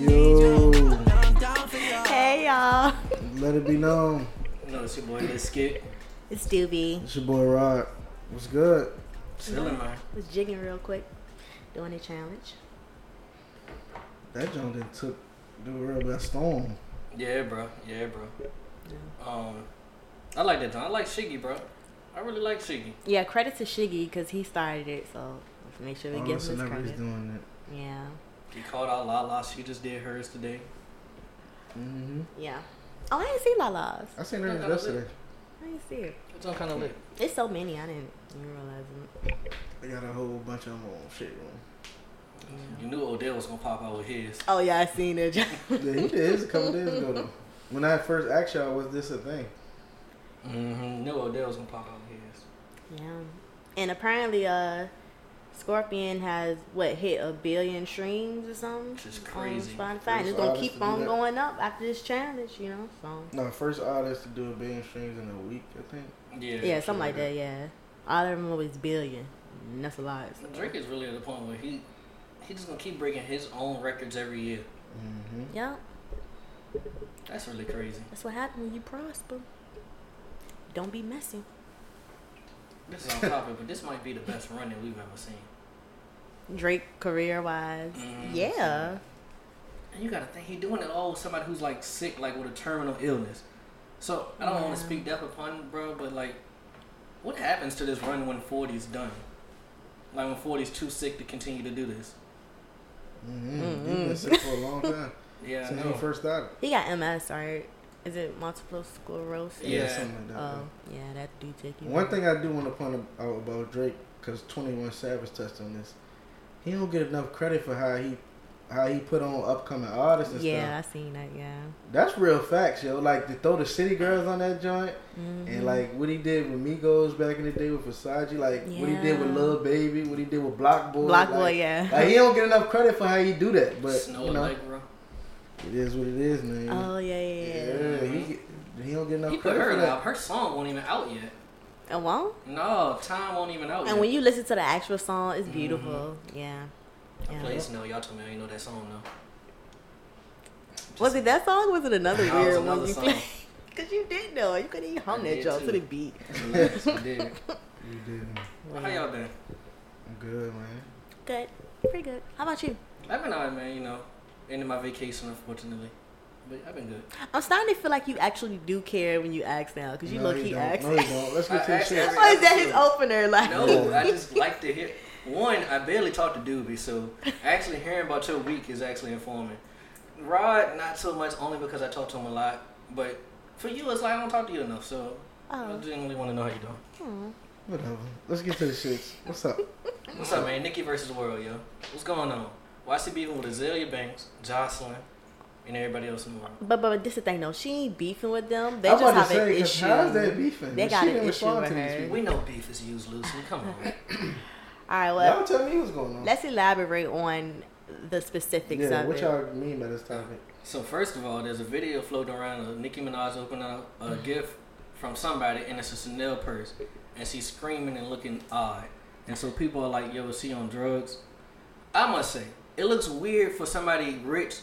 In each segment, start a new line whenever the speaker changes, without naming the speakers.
Yo,
Hey y'all.
let it be known.
No, it's your boy Biscuit.
It's Doobie.
It's your boy Rod. What's good?
Chilling, man.
Was jigging real quick, doing a challenge.
That junk done took the world by storm.
Yeah, bro. Yeah, bro. Um, I like that John. I like Shiggy, bro. I really like Shiggy.
Yeah, credit to Shiggy because he started it, so let's make sure we
All
give
the
him his
celebrities
credit.
doing
Yeah.
He called out Lala. She just did hers today.
it. Mm-hmm.
Yeah. Oh, I didn't see Lala's.
I seen
Look
her
how
yesterday.
I didn't see it.
It's all kind of lit.
It's so many, I didn't even realize it.
I got a whole bunch of them on shit room.
You knew Odell was gonna pop out with his.
Oh, yeah, I seen it.
Yeah, he did his a couple days ago though. When I first asked y'all, was this a thing?
Mm-hmm. Knew Odell was gonna pop out with his.
yeah. And apparently, uh, Scorpion has what hit a billion streams or something.
Which is
on
crazy.
Spotify. And
First
it's gonna
artist to
keep
do
on
that.
going up after this challenge, you know. So
No, first artist to do a billion streams in a week, I think.
Yeah.
Yeah, something
sure.
like that. Yeah, all I remember was billion. And that's a lot. so-
Drake is really at the point where he he just gonna keep breaking his own records every year.
Mm-hmm.
Yeah,
That's really crazy.
that's what happened when you prosper. Don't be messy.
This is on topic, but this might be the best run that we've ever seen.
Drake career wise,
Mm.
yeah,
And you gotta think he doing it all with somebody who's like sick, like with a terminal illness. So I don't want
Yeah.
to speak death upon, bro, but like, what happens to this run when 40's done? Like when 40's too sick to continue to do this?
Mm-hmm. You've
Mm-mm.
been sick for a long time
Yeah, I
since
know.
you first started.
he got MS. Right? Is it multiple sclerosis?
Yeah.
something like that. yeah.
Oh, yeah, that do take you.
One thing I do want to point out about Drake, because Twenty One Savage touched on this, he don't get enough credit for how he how he put on upcoming artists and
Yeah,
stuff.
I seen that. Yeah.
That's real facts, yo. Like to throw the City Girls on that joint,
Mhm.
and like what he did with Migos back in the day with Versace, like what he did with
Yeah.
Lil Baby, what he did with Block Boy.
Block
like,
Boy, yeah.
Like he don't get enough credit for how he do that, but
Snow
you know,
Lake, bro.
it is what it is, man.
oh yeah, yeah, yeah.
yeah, he, get- he don't get enough
He put
credit
her
for
out.
that.
Her song won't even out yet.
Oh, well,
No, time won't even out
and
yet.
when you listen to the actual song, it's beautiful.
Mm-hmm.
Yeah.
I
yeah.
play Snow. Y'all told me I ain't know that song though.
Was it that song? or Was it another
That was
weird
another
one you
song.
played? Cause you did know. You couldn't even hum
I
that
did,
joke to
too.
the beat.
Relax, I did.
You did.
How y'all been?
I'm good, man.
Good. Pretty good. How about you?
I've been out, man. You know, ended my vacation unfortunately, but I've been good.
I'm starting to feel like you actually do care when you ask now, because you
no,
look
you
he
don't.
asks.
No, you don't. Let's get to
I-
the
I-
shit.
Or is that his opener? Like,
No, I just like to hear. One, I barely talk to Doobie, so actually hearing about your week is actually informing. Rod, not so much, only because I talk to him a lot. But for you, it's like I don't talk to you enough, so
Oh.
I genuinely want to know how you doing.
hmm.
Whatever. Let's get to the shits. What's up?
What's up, man? Nikki versus World, yo. What's going on? YC beefing with Azalea Banks, Jocelyn, and everybody else in the world.
But, but but this is the thing though. She ain't beefing with them. They
I'm
just
about
have
to say,
an
'cause
issue.
how's that beefing?
They
She
got an
didn't
issue
respond
with
to these
her.
people.
We know beef is used, Lucy. Come on.
All right. Well,
Y'all tell me what's going on.
let's elaborate on the specifics
yeah,
of
what
it.
y'all mean by this topic?
So first of all, there's a video floating around of Nicki Minaj opening up a gift from somebody, and it's a Chanel purse, and she's screaming and looking odd. And so people are like, "Yo, is she on drugs?" I must say, it looks weird for somebody rich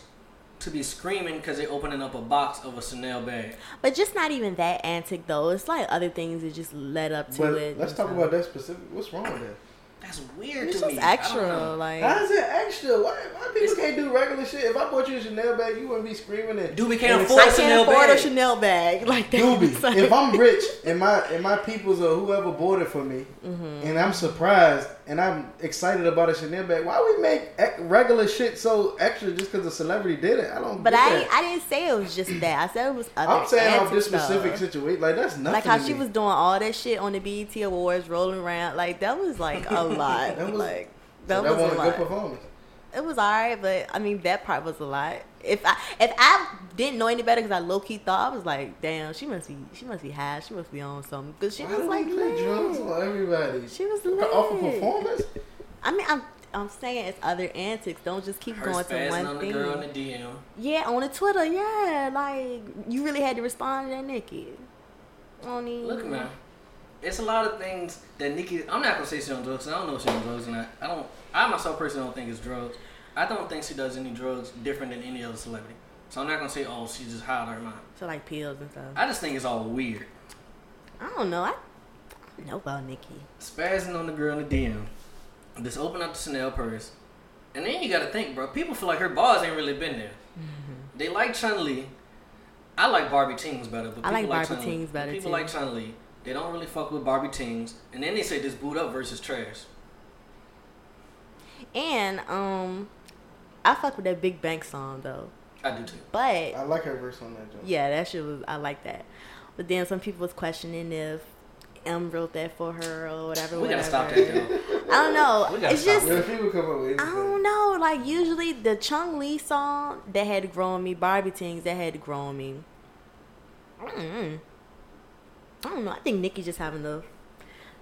to be screaming because they're opening up a box of a Chanel bag.
But just not even that antic though. It's like other things that just led up to
But
it.
let's
and
talk
stuff.
about that specific. What's wrong with that?
That's weird
It's
to
just
me. I don't
extra,
know.
like.
How is it extra? Why, why people
It's-
can't do regular shit? If I bought you a Chanel bag, you wouldn't be screaming at
Doobie can't
and
afford
I
a
excited.
can't
Chanel
afford
bag.
a Chanel bag like that. It's
Doobie,
like-
if I'm rich and my and my peoples or whoever bought it for me,
Mm-hmm.
and I'm surprised and I'm excited about a Chanel bag, why we make ec- regular shit so extra just because a celebrity did it? I don't.
But
get
I,
that.
I didn't say it was just that. I said it was other.
I'm saying how
antics,
this specific
though.
situation, like that's nothing.
Like how
to
she
me.
was doing all that shit on the BET Awards, rolling around. Like that was like a lot.
That was-
like
So
that, was
wasn't
a
a good
lot.
performance.
it was alright, but I mean that part was a lot. If I if I didn't know any better, because I low key thought I was like, damn, she must be she must be high, she must be on something, because she
Why
was
do
like
we put drugs
lit.
on everybody?
She was
Like, off a
lit.
performance.
I mean, I'm I'm saying it's other antics. Don't just keep
Her
going
spazzing
to one
on the
thing.
girl in the DM.
Yeah, on the Twitter, yeah. Like you really had to respond to that Nikki. I don't even-
Look, man, it's a lot of things that Nikki. I'm not gonna say she's on drugs. 'cause I don't know if she's on drugs or not. I don't. I myself personally don't think it's drugs. I don't think she does any drugs different than any other celebrity. So I'm not gonna say, oh, she's just high out of her mind.
So like pills and stuff. I,
I just think it's all weird.
don't know. I, I don't know about Nikki.
Spazzing on the girl in the DM. Just open up the Chanel purse. And then you gotta think, bro. People feel like her bars ain't really been there.
Mm-hmm.
They like Chun Li. I like Barbie Tings better, but people
I like Barbie
Chun-Li.
Tings better,
People
too.
like Chun Li. They don't really fuck with Barbie Tings. And then they say this boot up versus trash.
And um, I fuck with that Big Bang song though.
I do too.
But
I like her verse on that joint.
yeah, that shit was I like that. But then some people was questioning if M wrote that for her or whatever.
We
whatever.
gotta stop that though.
I don't
We
know.
gotta
It's
stop
just
Yo, if people come up with anything.
I don't know. Like usually the Chung Lee song that had grown me, Barbie Tings that had grown me. Mm-mm. I don't know. I think Nikki just having a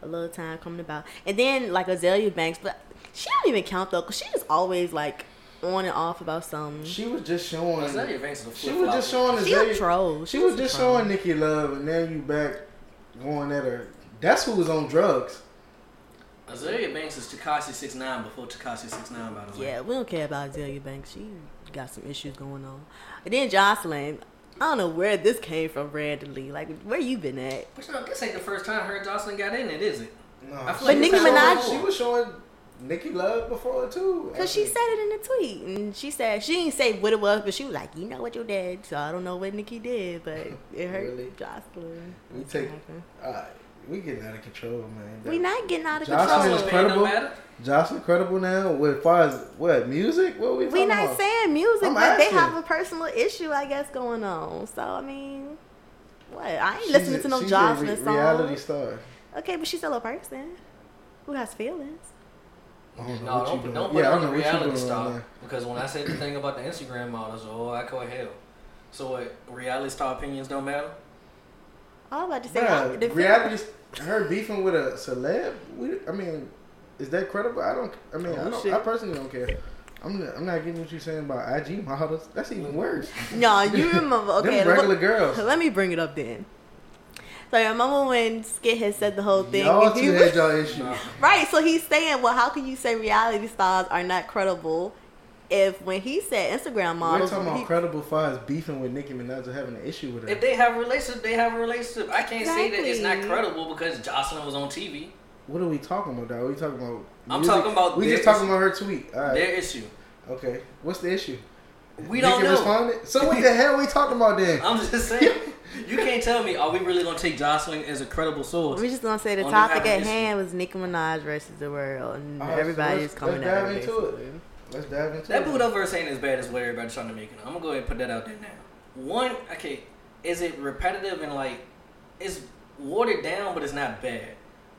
a little time coming about, and then like Azalea Banks, but she don't even count though, cause she is always like on and off about something. She,
She was just showing.
Azalea Banks is a
She was just
flip-flopper.
showing.
a
Azalea-
troll.
She was
is a
just
troll.
showing Nikki love, and now you back going at her. That's who was on drugs.
Azalea Banks is Takashi 69 before Takashi 69 by the way.
Yeah, we don't care about Azalea Banks. She got some issues going on. And then Jocelyn, I don't know where this came from randomly. Like where you been at?
But you know, this ain't the first time her and Jocelyn got in it, is it?
No,
I feel
she
like
was
Nicki
showing-
Minaj-
She was showing Nikki love before too.
Cause she
actually.
said it in the tweet, and she said she didn't say what it was, but she was like, "You know what you did," so I don't know what Nikki did, but it hurt
Really?
Jocelyn.
We
That's what
take-
happened.
Alright, we getting out of control, man.
We not getting out of
Jocelyn is
control.
crazy. Incredible.
It don't matter.
Jocelyn credible now. With far as what music? What we?
We
talking
not
about?
saying music,
I'm
but they
asking.
have a personal issue, I guess, going on. So I mean, what? I ain't
She's
listening
a-
to no
she's a
Jocelyn
re-
song.
Reality star.
Okay, but she's still a person who has feelings.
I don't know what
No,
you
don't,
doing.
put- don't put
yeah, I
her
don't
on
know what
the
you doing
reality
right
star
now.
because when I said the thing about the Instagram models, oh, I caught hell. So what? Reality star opinions don't matter.
I was about to say, I-
Bruh,
the
reality, s- her beefing with a celeb. We, I mean, is that credible? I don't. I mean, I,
Oh,
don't,
shit.
I personally don't care. I'm not, I'm not getting what you're saying about IG models. That's even worse.
No, you remember? Okay,
Them regular
look-
girls.
Let me bring it up then. So I remember when Skit had said the whole thing.
Y'all
if
two
you-
had y'all issues.
No.
right, so he's saying, well, how can you say reality stars are not credible if when he said Instagram
We're
models,
talking about
he-
credible fires beefing with Nicki Minaj or having an issue with her.
If they have a relationship, they have a relationship. I can't say that it's not
Exactly.
credible because Jocelyn was on TV.
what are we talking about? Dog? Are we talking about?
I'm
music?
talking about
We just
this.
talking about her tweet. All right.
Their issue.
Okay. What's the issue?
We don't
Nicki
know.
Responded? So what the hell we talking about then?
I'm just saying. you can't tell me. Are we really gonna take Jocelyn as a credible source?
we're just gonna say the
On
topic
having
at
issues.
hand was Nicki Minaj versus the world, and
All right, so
everybody
let's-
is coming
let's
at
dive
her.
into it.
basically.
Let's dive into
That
it.
boot up verse ain't as bad as what everybody's trying to make it. I'm gonna go ahead and put that out there now. One, okay, is it repetitive and like it's watered down, but it's not bad.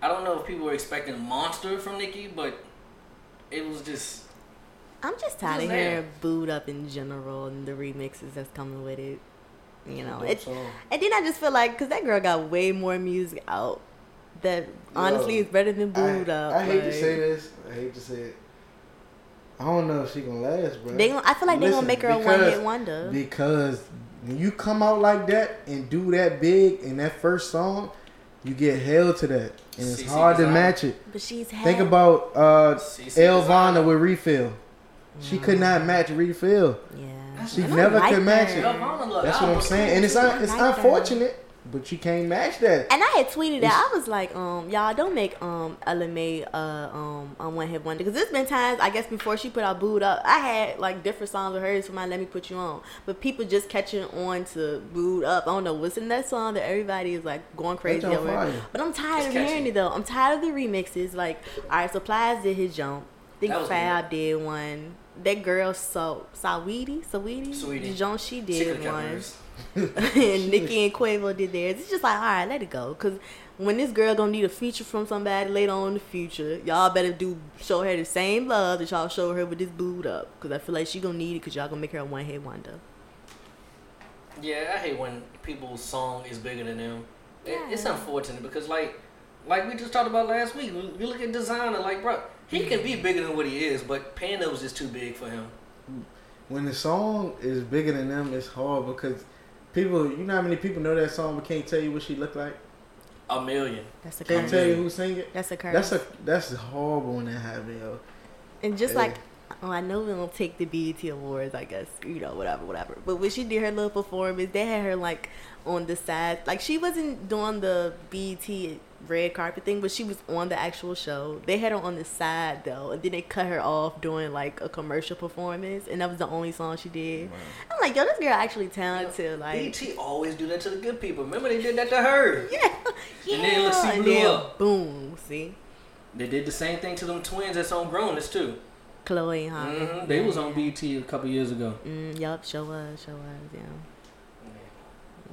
I don't know if people were expecting monster from Nikki, but it was just
I'm just tired of
Who's there?
hearing booed up in general and the remixes that's coming with it. You know,
Dope
it's
song.
And then I just feel like because that girl got way more music out that honestly
Yo,
is better than Booed
I,
Up.
I hate to
like,
say this. I hate to say it. I don't know if she gonna last, bro.
They gon- I feel like they
Listen,
gonna make her a one
because-
hit wonder.
Because when you come out like that and do that big in that first song, you get held to that, and it's
CC
hard to
Design.
match it.
but she's had,
Think about uh,
CC
Elvana
Design. Mm.
with Refill. She could not match Refill.
Mm, yeah.
She
I don't
never
like
could match
her.
it. That's
That's
what I'm saying, and it's un- it's
I like that.
unfortunate, but you can't match that.
And I had tweeted that I was like, um, y'all don't make um LMA uh um on one hit wonder because there's been times I guess before she put out Booed Up, I had like different songs of hers for my Let Me Put You On, but people just catching on to Booed Up. I don't know what's in that song that everybody is like going crazy
joint
over.
fire.
But I'm tired
It's
of
catchy.
hearing it though. I'm tired of the remixes. Like, all right, Supplies did his jump. I think
That was
Fab did one. That girl, so Saweetie, Saweetie,
Saweetie.
Dijon, she
She
did
could've kept
one
hers.
and Nikki and Quavo did theirs. It's just like, all right, let it go. Cause when this girl gonna need a feature from somebody later on in the future, y'all better do show her the same love that y'all show her with this boot up. Cause I feel like she gonna need it. Cause y'all gonna make her a one hit wonder.
Yeah, I hate when people's song is bigger than them. It, It's
Yeah.
unfortunate because like like we just talked about last week, we, we look at designer like bro,
Mm.
he can be bigger than what he is, but Panda was just too big for him.
When the song is bigger than them, it's hard because people, you know how many people know that song but can't tell you what she looked like,
A million.
That's a
can't
curse.
tell you who sang it.
That's a curse.
That's a that's horrible when that happens, yo.
and just
Hey.
like Oh, I know we don't take the BET awards. I guess you know whatever, whatever. But when she did her little performance, they had her like on the side, like she wasn't doing the BET red carpet thing, but she was on the actual show. They had her on the side though, and then they cut her off doing like a commercial performance, and that was the only song she did. I'm like, yo, this girl actually talented. Like,
BT E always do that to the good people. Remember they did that to her.
yeah, yeah.
And then Lassie
And
blew
then
up.
boom, see,
They did the same thing to them twins that's on Grownness too.
Chloe, huh?
hmm They was on BT a couple years ago.
Mm, yup, show us, show us, yeah.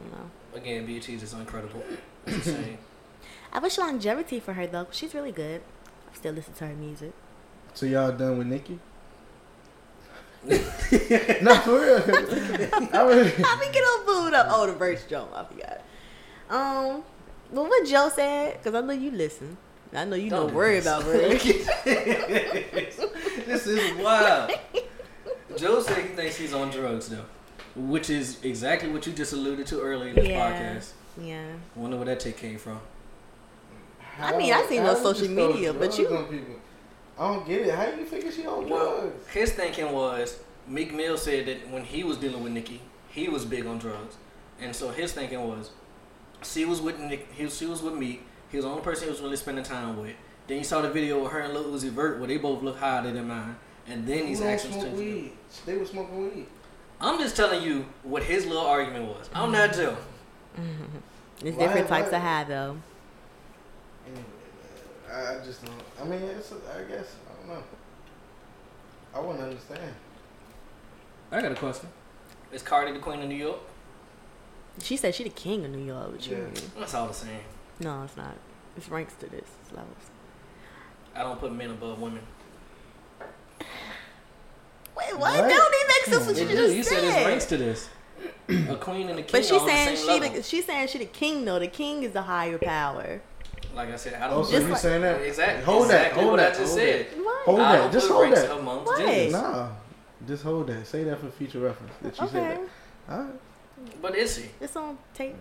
You know.
Again, BT is just incredible. It's the same.
I wish longevity for her though. 'cause She's really good. I still listen to her music.
So y'all done with Nikki? no, for real. I was,
How we get on booed up? Oh, the verse jump. I forgot. Um, but what Joe said, because I know you listen. I know you
Don't
don't,
do
worry
this.
about work.
this is wild. Joe said he thinks he's on drugs though, which is exactly what you just alluded to earlier in this
Yeah.
podcast.
yeah.
Wonder where that take came from.
I mean, I seen
How
on
you
social
just
media,
throw
but
drugs
you-
on people? I don't get it. How you figure she on
Well,
drugs?
his thinking was Meek Mill said that when he was dealing with Nicki, he was big on drugs, and so his thinking was she was with Nick, he, she was with Meek. He was the only person he was really spending time with. Then you saw the video with her and Lil Uzi Vert where they both look higher than mine, and then he's
Who don't
actually
smoke
texting-
weed? They were smoking weed.
I'm just telling you what his little argument was. I'm not Joe.
There's
Why-
different types
why-
of high though.
Anyway, I I just don't. I mean, it's. I guess I don't know. I wouldn't understand.
I got a question. Is Cardi the queen of New York?
She said she the king of New York. What you
Yeah.
mean?
That's all the same.
No, it's not. It's ranks to this. It's levels.
I don't put men above women.
Wait, what?
What?
That don't even make sense.
Come on,
What you
man.
just
you said
said.
there's ranks to this. A queen and a king.
but
are
she's
on the
saying
same
she
level.
the, she's saying she the king though. The king is the higher power.
Like I said, I don't.
Oh, so
Just
you
like-
saying that?
exactly.
Hold
exactly
that. Hold
what
that.
I just
hold
said.
What?
Hold
I
that,
don't
just
put
hold
ranks
that.
amongst
Why?
That.
genders.
Nah. Just hold that. Say that for future reference. That she
okay.
said that. All right.
But is she?
It's on tape.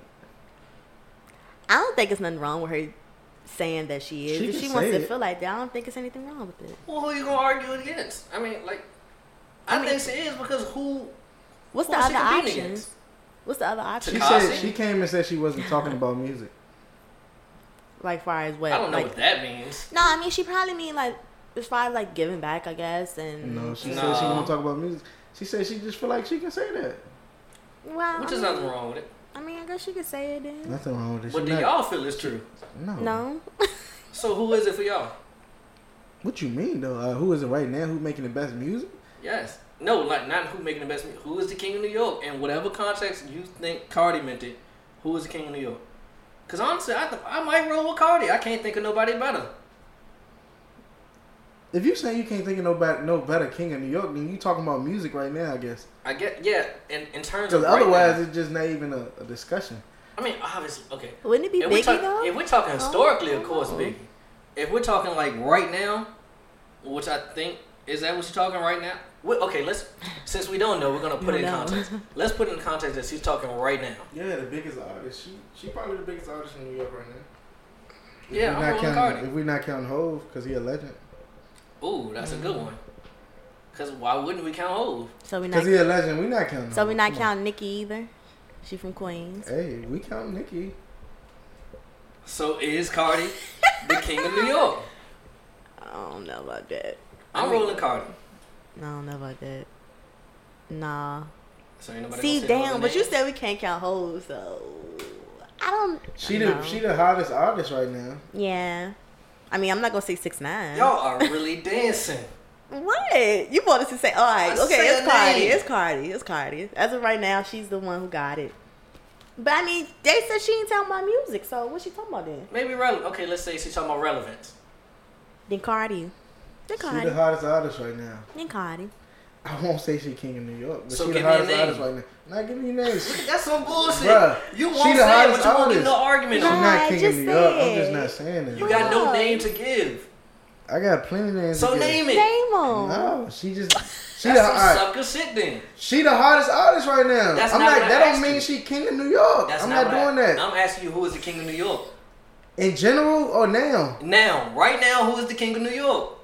I don't think it's nothing wrong with her saying that she is.
She
if
can
she wants
say
to
it.
feel like that, I don't think it's anything wrong with it.
Well, who you gonna argue against? I mean, like, I, think she is because who?
What's
who
the
is she
other
competing
options?
against?
What's the other options?
She
Takashi?
said she came and said she wasn't talking about music.
Like far as what?
I don't know
like,
what that means.
No, I mean she probably mean like as far as like giving back, I guess. And
No, she
No.
said she won't talk about music. She said she just feel like she can say that.
well,
Which
I
is
mean,
nothing wrong with it.
I mean, I guess she could say it then.
Nothing wrong with it.
But
She
do
not-
y'all feel it's true?
No.
No,
So who is it for y'all?
What you mean though? Uh, who is it right now? Who making the best music?
Yes. No, like not who making the best. mu- Who is the king of New York? And whatever context you think Cardi meant it, who is the king of New York? Because honestly, I, th- I might roll with Cardi. I can't think of nobody better.
If you saying you can't think of no better, no better king of New York, then you talking about music right now, I guess.
I get yeah. In in terms of
Because
right
otherwise,
now-
it's just not even a, a discussion.
I mean obviously okay.
wouldn't it be
If we're,
Biggie
talk-
though? Oh.
if we're talking historically, of course,
Oh.
Biggie. If we're talking like right now, which I think is that what you're talking right now. We- okay, let's since we don't know, we're gonna put it in
No, no.
context. Let's put it in context that she's talking right now.
Yeah, the biggest artist. She she probably the biggest artist in New York right now.
Yeah,
not
I'm rolling with Cardi.
counting, if we not counting Hove, because he a legend.
Ooh, that's a good one. Cause why wouldn't we count Hov?
so we
Because
not
he Mm. a legend, we not counting.
so we
Hov.
not
Come on.
counting Nikki either. She from Queens.
Hey, we count Nicki.
So is Cardi the king of New York?
I don't know about that.
I'm rolling Cardi.
I don't know about that. Nah.
So ain't nobody
See,
gonna say no
damn,
other
but you
names.
said we can't count hoes, so I don't.
She
know.
the she the hottest artist right now.
Yeah, I mean, I'm not gonna say six nine.
y'all are really dancing.
What you wanted to say? All right,
I
okay,
said
it's Cardi,
name.
it's Cardi, it's Cardi. As of right now, she's the one who got it. But I mean, they said she ain't talking about music, so what's she talking about then?
Maybe relevant. Okay, let's say she's talking about relevance.
Then Cardi,
She
then Cardi,
the hottest artist right now.
then Cardi.
I won't say she king of New York, but
So
she
give
the
me a
hottest
name.
artist right now. Not giving you names.
That's some bullshit.
Bruh,
you
she
won't
the
say it, but
hottest
you won't give no
artist.
argument
She's
Nah,
on it.
not
I
king
just
of New York. I'm just
said.
not saying that.
You got no
Bruh.
name to give.
I got plenty of names.
So
to give.
name it.
Name on.
No, she just she
That's
the
some
alright,
sucker shit then.
she the hottest artist right now.
That's
I'm
not
like
what I
that don't
asked
mean
you.
she king of New York.
That's
I'm
not
not
what I-
doing that
I'm asking you who is the king of New York?
in general or now,
Now, right now, who is the king of New York?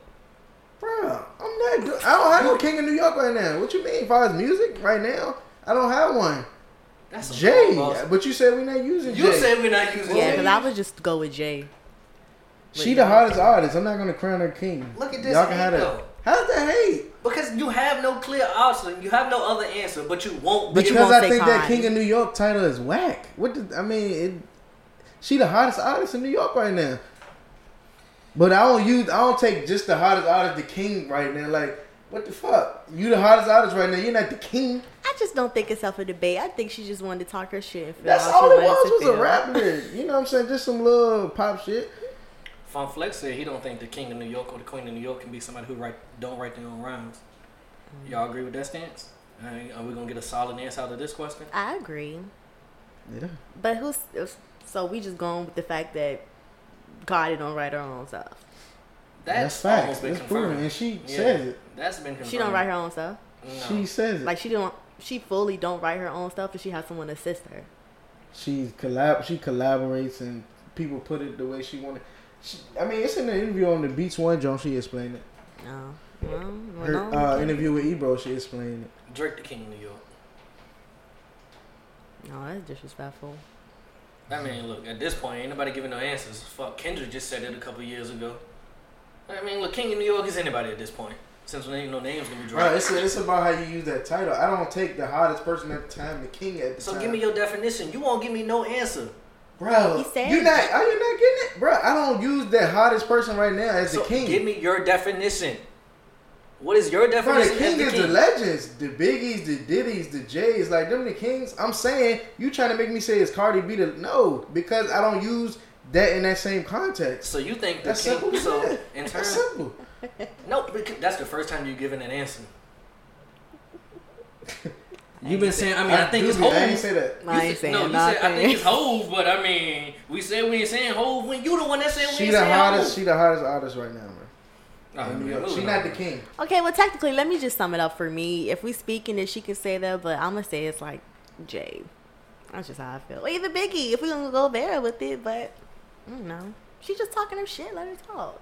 bro. Yeah, I'm not. Do- I don't have no king of New York right now. What you mean? As far as music right now, I don't have one.
That's a
Jay,
boss.
but you said we're not using
You
Jay.
said we're not using
Yeah,
Jay.
because I would just go with Jay.
she the hottest artist. I'm not gonna crown her king.
Look at this
Y'all can
hate,
have that.
though.
How's that hate?
Because you have no clear option. You have no other answer, but you won't.
But
be-
you
Because
won't
I
say
think that
Cardi.
King of New York title is whack. What did I mean? It, she the hottest artist in New York right now. But I don't use. I don't take just the hottest artist, the king right now. Like what the fuck? You the hottest artist right now. You're not the king.
I just don't think it's up for debate. I think she just wanted to talk her shit. And feel
That's
how she
all it
wanted
was
to
was a
feel.
rap lyric. You know what I'm saying? Just some little pop shit.
Fun Flex said he don't think the King of New York or the Queen of New York can be somebody who write don't write their own rhymes.
Mm-hmm.
Y'all agree with that stance? I mean, Are we gonna get a solid answer out of this question?
I agree,
Yeah.
but who's so we just going with the fact that Cardi don't write her own stuff.
That's,
That's,
facts.
almost been
That's proven,
confirmed.
and she
Yeah,
says it.
That's been confirmed.
She don't write her own stuff.
No.
She says it.
Like she don't. She fully don't write her own stuff, but she has someone assist her.
she's collab she collaborates and people put it the way she wanted. She, I mean, it's in the interview on the Beats One Jones. She explained it.
No, well, well,
Her
no,
uh, interview with Ebro, she explained it.
Drake the King of New York.
no, that's disrespectful.
I mean, look, at this point, ain't nobody giving no answers. Fuck, Kendrick just said it a couple years ago. I mean, look, King of New York is anybody at this point. Since there ain't no names gonna be
Right.
dropped.
It's, it's about how you use that title. I don't take the hottest person at the time, the king at the
so
time.
give me your definition. You won't give me no answer.
bro.
He said-
you not. Are you not getting it, bro? I don't use that hottest person right now as
So
the king.
give me your definition. What is your
Bro, the
definition?
king
as
is the legends, the biggies, the ditties, the J's, like them the kings. I'm saying you trying to make me say it's Cardi B the no because I don't use that in that same context.
So you think the
That's
king?
simple.
so
yeah.
in turn,
That's simple.
no, because that's the first time you're giving an answer. You've been saying. I mean, I, think
do
it's
be- I ain't
Hove.
say that.
I ain't
You said-
saying
no, you said I
nothing.
think it's Hove, but I mean, we said we ain't saying Hove when you the one that said we
She
ain't
the
saying
hottest.
Hove.
She the hottest artist right now, bro.
Oh,
In New
yeah,
York.
moving
She not
on.
the king.
Okay, well, technically, let me just sum it up for me. If we speaking, then she can say that, but I'm gonna say it's like Jay. That's just how I feel. Or even Biggie, if we gonna go there with it, but I don't know. She just talking her shit. Let her talk.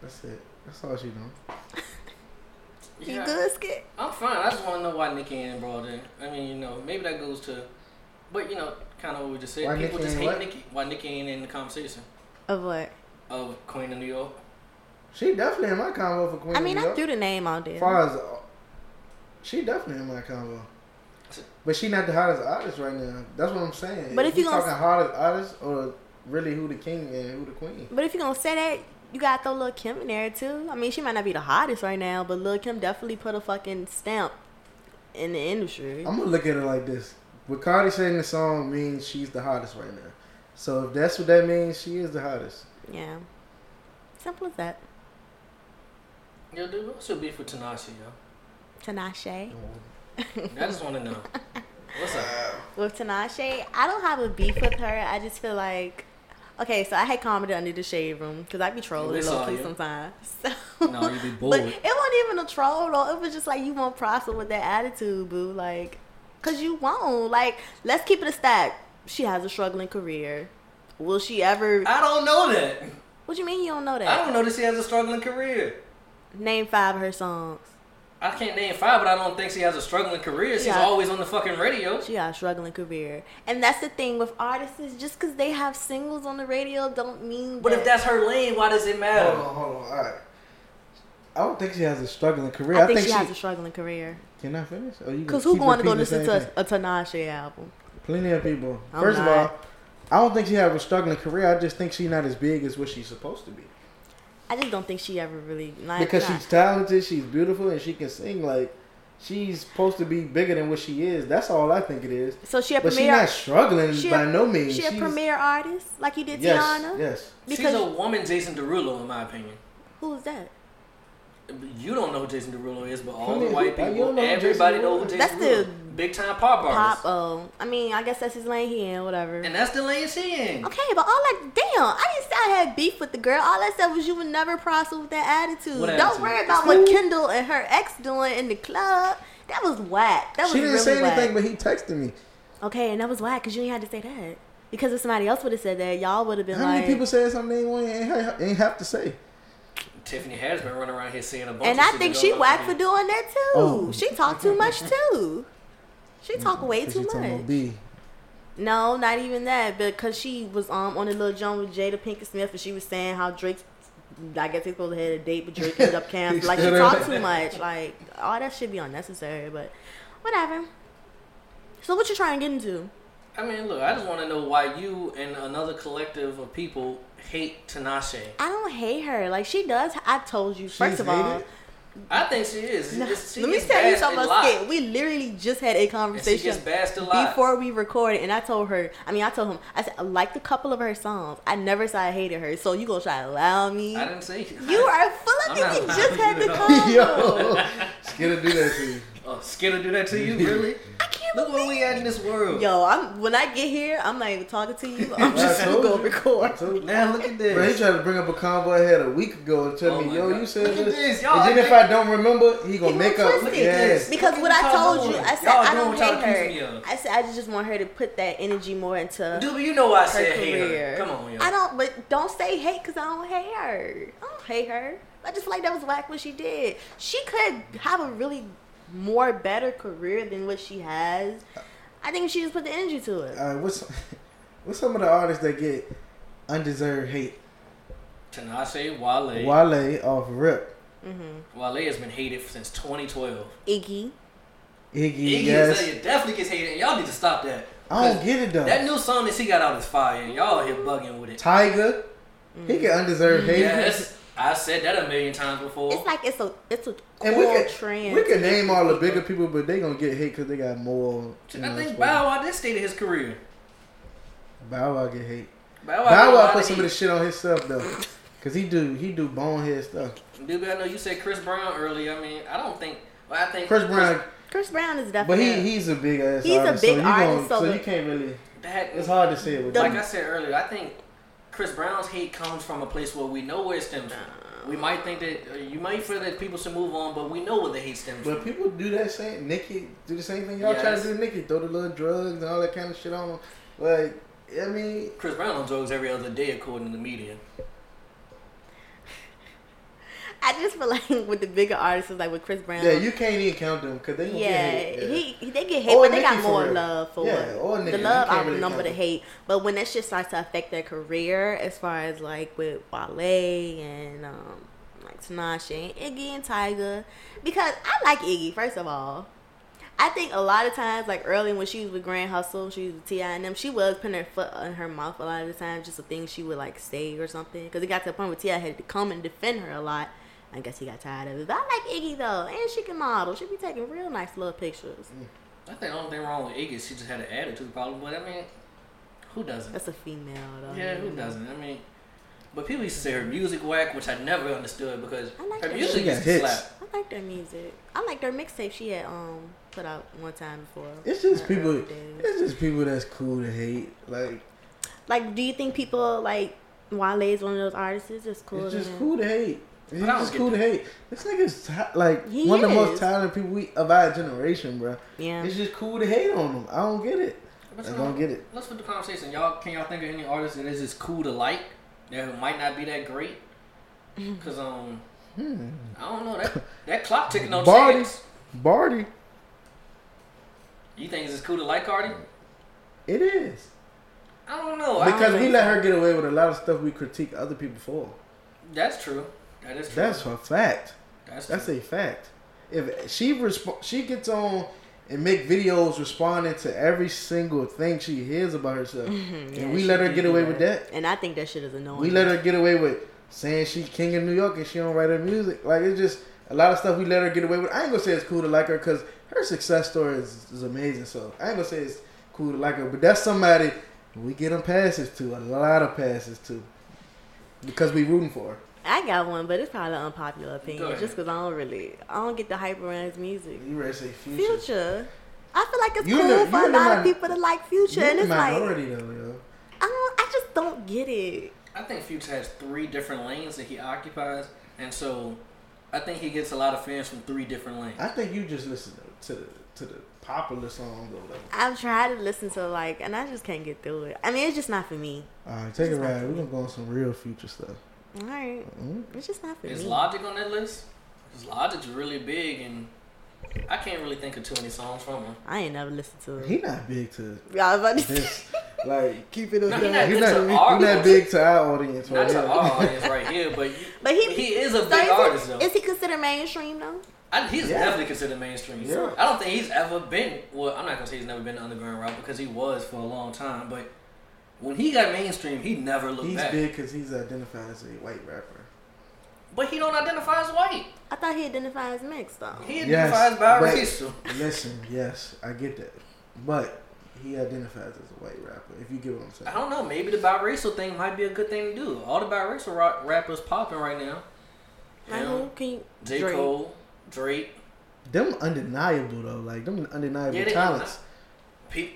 That's it. That's all she doing.
Yeah.
You good, skit?
I'm fine. I just want to know why Nikki ain't brought in. I mean, you know, maybe that goes to, but you know, kind of what we just said.
Why
People
Nicki
just
ain't
hate
what?
Nikki. Why Nikki ain't in the conversation
Of what?
of Queen of New York?
She definitely in my combo for Queen.
I mean,
of New
I
York.
threw the name out there.
As far as uh, she definitely in my combo. But she not the hottest artist right now. That's what I'm saying.
But if
we
you gonna-
talking hottest artist or really who the king and who the queen.
But if you're gonna say that, you gotta throw Lil Kim in there too. I mean, she might not be the hottest right now, but Lil Kim definitely put a fucking stamp in the industry.
I'm gonna look at it like this. What Cardi saying the song means she's the hottest right now. So if that's what that means, she is the hottest.
yeah, simple as that.
Yo, dude, what's your beef with Tanashi, yo?
Tinashe.
I just want to know. What's up?
with Tinashe, I don't have a beef with her. I just feel like, okay, so I had commented under the shade room because I be
We
trolling
saw
low key
you.
sometimes. So,
No, you be
but
bored.
it wasn't even a troll though. It was just like you won't prosper with that attitude, boo. Like, cause you won't. Like, let's keep it a stack. She has a struggling career. Will she ever?
I don't know that.
What you mean you don't know
I
that?
don't know that she has a struggling career.
Name five of her songs.
I can't name five, but I don't think she has a struggling career. She's
Yeah.
always on the fucking radio.
She got a struggling career, and that's the thing with artists is just cause they have singles on the radio don't mean.
But
that.
if that's her lane, why does it
Hold
matter?
on, hold on. All right. I don't think she has a struggling career.
I think she has a struggling career.
Can I finish? Or you
Cause
gonna
who
keep
going to go
repeating
listen
the same
to a, a Tinashe album?
thing? Plenty of people.
I'm
First of
not.
all, I don't think she has a struggling career. I just think she's not as big as what she's supposed to be.
I just don't think she ever really not,
because
not-
she's talented, she's beautiful, and she can sing. Like she's supposed to be bigger than what she is. That's all I think it is.
so she a
But she's not
premiere
struggling
she a-
by no means.
she a
She's-
premiere artist like you did
Yes,
Tiana.
yes.
She's
Because
a woman, Jason Derulo, in my opinion.
who's that?
You don't know who Jason Derulo is, but all
Who
the
is-
white
who- you
people,
don't know who Jason
everybody know who
Derulo is?
Jason
That's
Derulo.
the
big time pop
Pop.
artist,
Oh, I mean, I guess that's his lane he in. Whatever.
and that's the lane she in.
okay, but all like, damn, I didn't say I had beef with the girl. All I said was you would never prosper with that attitude.
What
don't
attitude?
worry about what Kendall and her ex doing in the club. That was whack. That was
She didn't
really
say
whack.
anything, but he texted me.
Okay, and that was whack because you ain't had to say that. Because if somebody else would have said that, y'all would have been
How
like,
many people said something they ain't, ain't, ain't have to say?
Tiffany has been running around here saying a bunch.
And
of
I
shit
think
that
she
don't
whack for
fucking-
doing that too.
Oh. Mm-hmm.
She talk too much too. She talk way
Cause
too
you talking about
much.
B.
No, not even that, because she was um on the little joint with Jada Pinkett Smith, and she was saying how Drake's. I guess they supposed to had a date, but Drake ended up canceling. Like she
Shut
talked
up.
too much. Like all that should be unnecessary, but whatever. So what you trying to get into?
I mean, look, I just want to know why you and another collective of people hate Tinashe.
I don't hate her. Like she does. I told you first
She's
of all.
hated?
I think she is. She just- she
Let me
gets
tell you
bashed
something
a
about
lot.
Skip. We literally just had a
And she
conversation.
gets bashed a lot.
before we recorded, and I told her, I mean, I told him, I said, I liked a couple of her songs. I never said I hated her, so you gonna try to allow me?
I didn't say
You are full
I'm
of it.
not
We
allowing
just
you
had
to
the
know.
convo.
Yo, Skitter do that to you.
Oh, Skinner do that to you, really?
I can't
Look where
believe.
we at in this world.
Yo, I'm when I get here, I'm not even talking to you. I'm
I
just gonna
told
go
you.
record.
I told you.
Now look at this.
Bro, he tried to bring up a convo I had a week ago and tell
Oh
me,
my
"Yo,
God.
you said
Look at
this."
this, y'all.
And then if I don't remember, he gonna
He
make
gonna
up.
twist it.
Yes.
Because
Look
what
at
I
y'all
told you,
doing.
I said
Y'all
I
doing
don't
what y'all
hate
accusing me
her.
of.
I said I just want her to put that energy more into
Dude, you know why I
her
said hate her.
career.
Come on, yo.
I don't, but don't say hate because I don't hate her. I don't hate her. I just feel like that was whack what she did. She could have a really more better career than what she has. I think she just put the energy to it.
Uh, what's what's some of the artists that get undeserved hate?
Tinashe, Wale.
Wale off rip.
Wale has been hated since 2012.
Iggy,
Iggy.
Iggy
yes.
Azalea uh, definitely gets hated, and y'all need to stop that.
I don't get it though.
That new song that she got out is fire, and y'all here bugging with it.
Tiger, he
Mm.
get undeserved hate.
Yes, I said that a million times before.
It's like it's a it's a
And we
cool
could,
trend.
we could name all the bigger people, but they gonna get hate because they got more. you know,
I think
exposure.
Bow Wow did state in his career.
Bow Wow get hate.
Bow got
Bow Wow
a lot
put some of
heat.
this shit on himself though, cause he do he do bonehead stuff.
Dude, I know you said Chris Brown earlier. I mean, I don't think. Well, I think
Chris Brown,
Chris Brown is
but
definitely.
he he's a big ass.
He's a
artist,
big
so you
artist,
Gonna,
so
so,
the-
you can't really.
that
It's hard to say it with
The-
like I said earlier, I think Chris Brown's hate comes from a place where we know where it stems from. We might think that uh, you might feel that people should move on, but we know where the hate stems
But
from.
people do that same. Nicki do the same thing y'all try to
Yes.
do. to Nicki throw the little drugs and all that kind of shit on. 'em. Like I mean,
Chris Brown on drugs every other day, according to the media.
I just feel like with the bigger artists, it's like with Chris Brown.
yeah, you can't even count them because they gonna get
Yeah,
hate. Yeah.
he, he they get hate,
Or
but they
Nicki
got
for
more
real.
love for
Yeah,
it.
or Nicki.
the
You
love
can't
outnumber
really
number
count
the
it.
hate. But when that shit starts to affect their career, as far as like with Wale and um, like Tinashe and Iggy and Tyga, because I like Iggy first of all. I think a lot of times, like early when she was with Grand Hustle, she was with Ti and them. She was putting her foot in her mouth a lot of the time, just the things she would like say or something. Because it got to a point where Ti had to come and defend her a lot. I guess he got tired of it. But I like Iggy though, and she can model. She be taking real nice little pictures.
I think the only thing wrong with Iggy is she just had an attitude problem. But I mean, who doesn't?
That's a female though.
yeah, who doesn't? I mean, but people used to say her music whack, which I never understood because
I like
her
that.
music
She got
used to
hits.
slap.
I like their music. I like their mixtape she had um put out one time before.
It's just
her
people.
early days.
It's just people that's cool to hate. Like
Like, do you think people like Wale is one of those artists? It's just cool.
it's
to
just
them?
cool to hate. It's
But I don't
just
get
cool to
that.
hate. This nigga's ta- like
He
one of the
is.
most talented people we, of our generation, bro.
Yeah.
It's just cool to hate on him. I don't get it.
But
I
you
don't
know,
get it.
Let's put the conversation. Y'all, can y'all think of any artists that is just cool to like that might not be that great? Cause um, I don't know that that clock ticking no
Hmm. Barty.
chance.
Barty,
You think it's cool to like Cardi?
it is
I don't know. I
because
don't
we
know.
let her get away with a lot of stuff we critique other people for.
That's true. That is true.
That's a fact.
that's true.
That's a fact. If she resp- she gets on and make videos responding to every single thing she hears about herself,
Yeah,
and we
she
let her
do
get
do
away with that.
And I think that shit is annoying.
We let her get away with saying she king of New York and she don't write her music. Like it's just a lot of stuff we let her get away with. I ain't gonna say it's cool to like her because her success story is, is amazing. So I ain't gonna say it's cool to like her, but that's somebody we get them passes to, a lot of passes to, because we rooting for her.
I got one, but it's probably an unpopular
Go
opinion.
ahead.
Just because I don't really, I don't get the hype around his music.
You ready to say future?
Future, I feel like it's
You
cool
know-
for
you
a
know
lot of
my-
people to like Future,
You
and
the
it's like
minority though, yo.
I don't, I just don't get it.
I think Future has three different lanes that he occupies, and so I think he gets a lot of fans from three different lanes.
I think you just listen to, to the to the popular song though. though.
I've tried to listen to like, and I just can't get through it. I mean, it's just not for me.
All right, take a ride. We're gonna go on some real future stuff. Mm-hmm.
All right. It's just not for
Is
me.
Logic on that list? Because Logic's really big, and I can't really think of too many songs from him.
I ain't never listened to it.
He not big to
Yeah, I was about to say.
this. like
Keep it up.
No, he
there.
not-
he
It's
not,
an
he
audience.
not big to our audience.
Not
Right
to
now.
our audience right here, but you,
But he,
he is a
so
big
is, he-
artist, though.
is he considered mainstream though?
I, he's
Yeah.
definitely considered mainstream.
Yeah.
I don't think he's ever been. Well, I'm not gonna say he's never been the underground route because he was for a long time. But when he got mainstream, he never looked
He's
back.
big because he's identified as a white rapper.
But he don't identify as white.
I thought he identified as mixed though.
He
Yes,
identifies
but-
biracial.
Listen, yes, I get that, but he identifies as a white rapper. If you get what I'm saying.
I don't know. Maybe the biracial thing might be a good thing to do. All the biracial ra- rappers popping right now.
Like
Yeah.
who can you?
J
Drake.
Cole, Drake,
Them undeniable though, like them undeniable
Yeah, they-
talents.
Pe-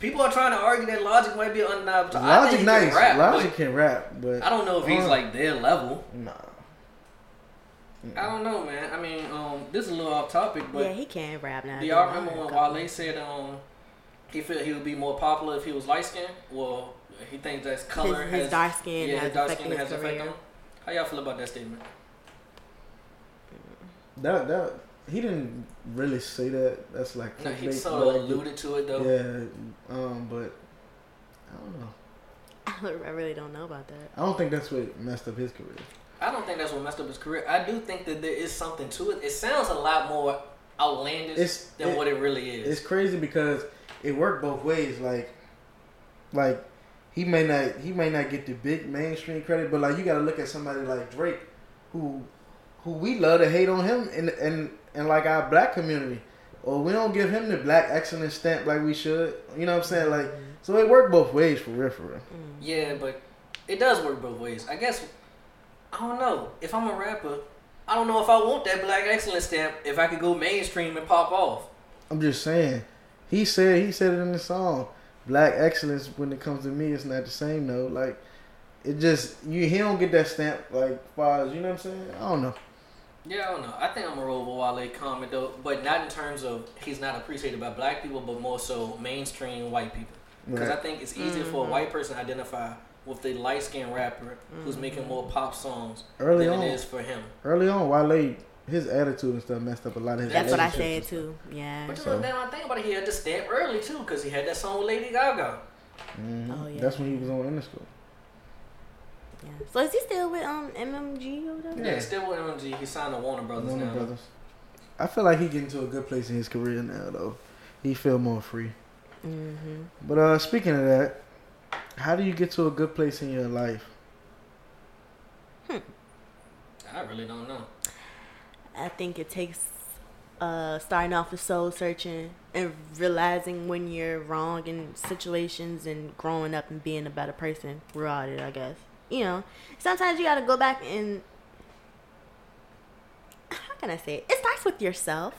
People are trying to argue that Logic might be undeniable. I think
Logic
he
nice,
can rap, but
Logic can rap, but
I don't know if he's
Uh.
like their level.
nah.
I don't know, man. I mean, um, this is a little off topic, but
yeah, he can rap now.
do y'all remember when Wale said um, he felt he would be more popular if he was light skinned? Well, he thinks that's color
his, his
has
dark skin
yeah,
has
his dark
affected
skin
his
has an effect on.
career?
him. How y'all feel about that statement?
That that he didn't really say that. That's like
No, he
clickbait,
sort
but
of
like,
alluded to it though.
Yeah, um, but I don't know.
I really don't know about that.
I don't think that's what messed up his career.
I don't think that's what messed up his career. I do think that there is something to it. It sounds a lot more outlandish
It's-
than
it-
what it really is.
It's crazy because it worked both ways. Like, like he may not he may not get the big mainstream credit, but like you got to look at somebody like Drake, who who we love to hate on him and and and like our black community, or we don't give him the black excellence stamp like we should. You know what I'm saying? Like, so it worked both ways for real, for real.
Yeah, but it does work both ways. I guess I don't know. If I'm a rapper, I don't know if I want that black excellence stamp if I could go mainstream and pop off.
I'm just saying. He said he said it in the song. Black excellence when it comes to me it's not the same though. Like it just you he don't get that stamp like far as you know what I'm saying? I don't know.
Yeah, I don't know. I think I'm gonna roll with Wale comment though, but not in terms of he's not appreciated by black people, but more so mainstream white people. Because
Right.
I think it's easier for a white person to identify with the light skinned rapper who's making more pop songs
Early
than
on.
it is for him.
Early on, Wale his attitude and stuff messed up a lot of his
Mm-hmm. That's what I said
relationships.
too. Yeah.
But you
So-
know, now I think about it, he had to stamp early too, because he had that song with Lady Gaga.
Mhm.
Oh, yeah.
That's when he was on Interscope.
yeah. So is he still with um MMG or whatever?
Yeah,
Yeah.
he's still with MG. He signed to Warner Brothers
Warner
now.
Brothers. I feel like he getting to a good place in his career now though. He feel more free.
Mm-hmm.
But uh speaking of that, how do you get to a good place in your life?
I really don't know.
I think it takes uh, starting off with soul searching and realizing when you're wrong in situations and growing up and being a better person throughout it, I guess. You know, sometimes you got to go back and. How can I say it? It starts with yourself.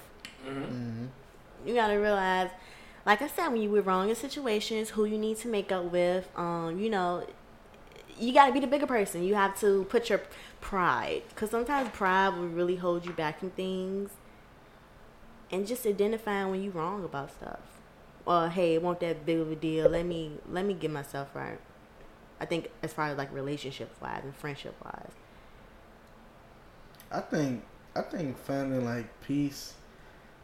Mm-hmm.
You got to realize, like I said, when you were wrong in situations, who you need to make up with. Um, you know, you got to be the bigger person. You have to put your pride, because sometimes pride will really hold you back from things. And just identifying when you're wrong about stuff. Or hey, it won't that big of a deal. Let me let me get myself right. I think as far as like relationship wise and friendship wise.
I think I think finding like peace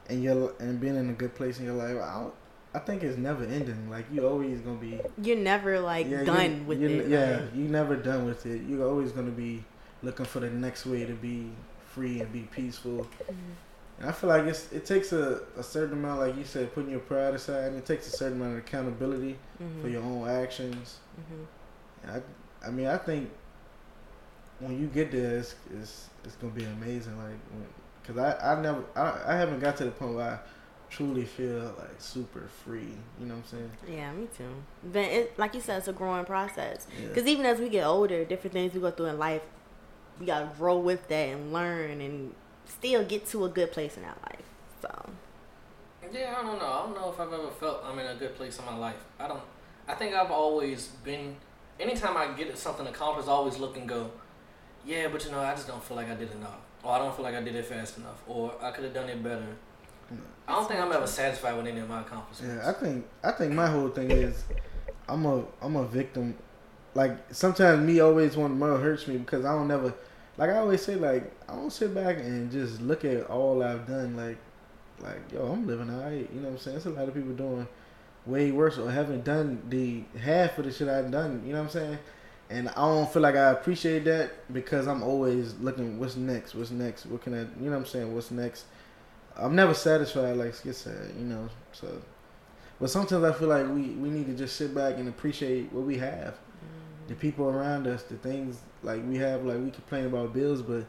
and your and being in a good place in your life. I don't, I think it's never ending. Like you always gonna be
You're never like
Yeah, you-
done with
you-
it.
Yeah,
like-
you never done with it. You're always gonna be looking for the next way to be free and be peaceful. And I feel like it's it takes a, a certain amount, like you said, putting your pride aside, and it takes a certain amount of accountability
Mm.
for your own actions.
Mhm.
And I, I mean, I think when you get there, it's it's, it's gonna be amazing. Like, because I I never I, I haven't got to the point where I truly feel like super free. You know what I'm saying?
Yeah, me too. But it, like you said, it's a growing process.
Yeah.
Because even as we get older, different things we go through in life, we gotta grow with that and learn and still get to a good place in our life. So
Yeah, I don't know. I don't know if I've ever felt I'm in a good place in my life. I don't. I think I've always been. Anytime I get something accomplished, I always look and go, yeah, but you know, I just don't feel like I did enough, or I don't feel like I did it fast enough, or I could have done it better. I don't think I'm ever satisfied with any of my accomplishments.
Yeah, I think I think my whole thing is I'm a I'm a victim like sometimes me always want more hurts me because I don't never like I always say like I don't sit back and just look at all I've done like like yo I'm living alright you know what I'm saying. It's a lot of people doing way worse or haven't done the half of the shit I've done. You know what I'm saying. And I don't feel like I appreciate that because I'm always looking what's next, what's next, what can I, you know what I'm saying, what's next. I'm never satisfied, like Skid said, you know. So, but sometimes I feel like we we need to just sit back and appreciate what we have, the people around us, the things like we have. Like we complain about bills, but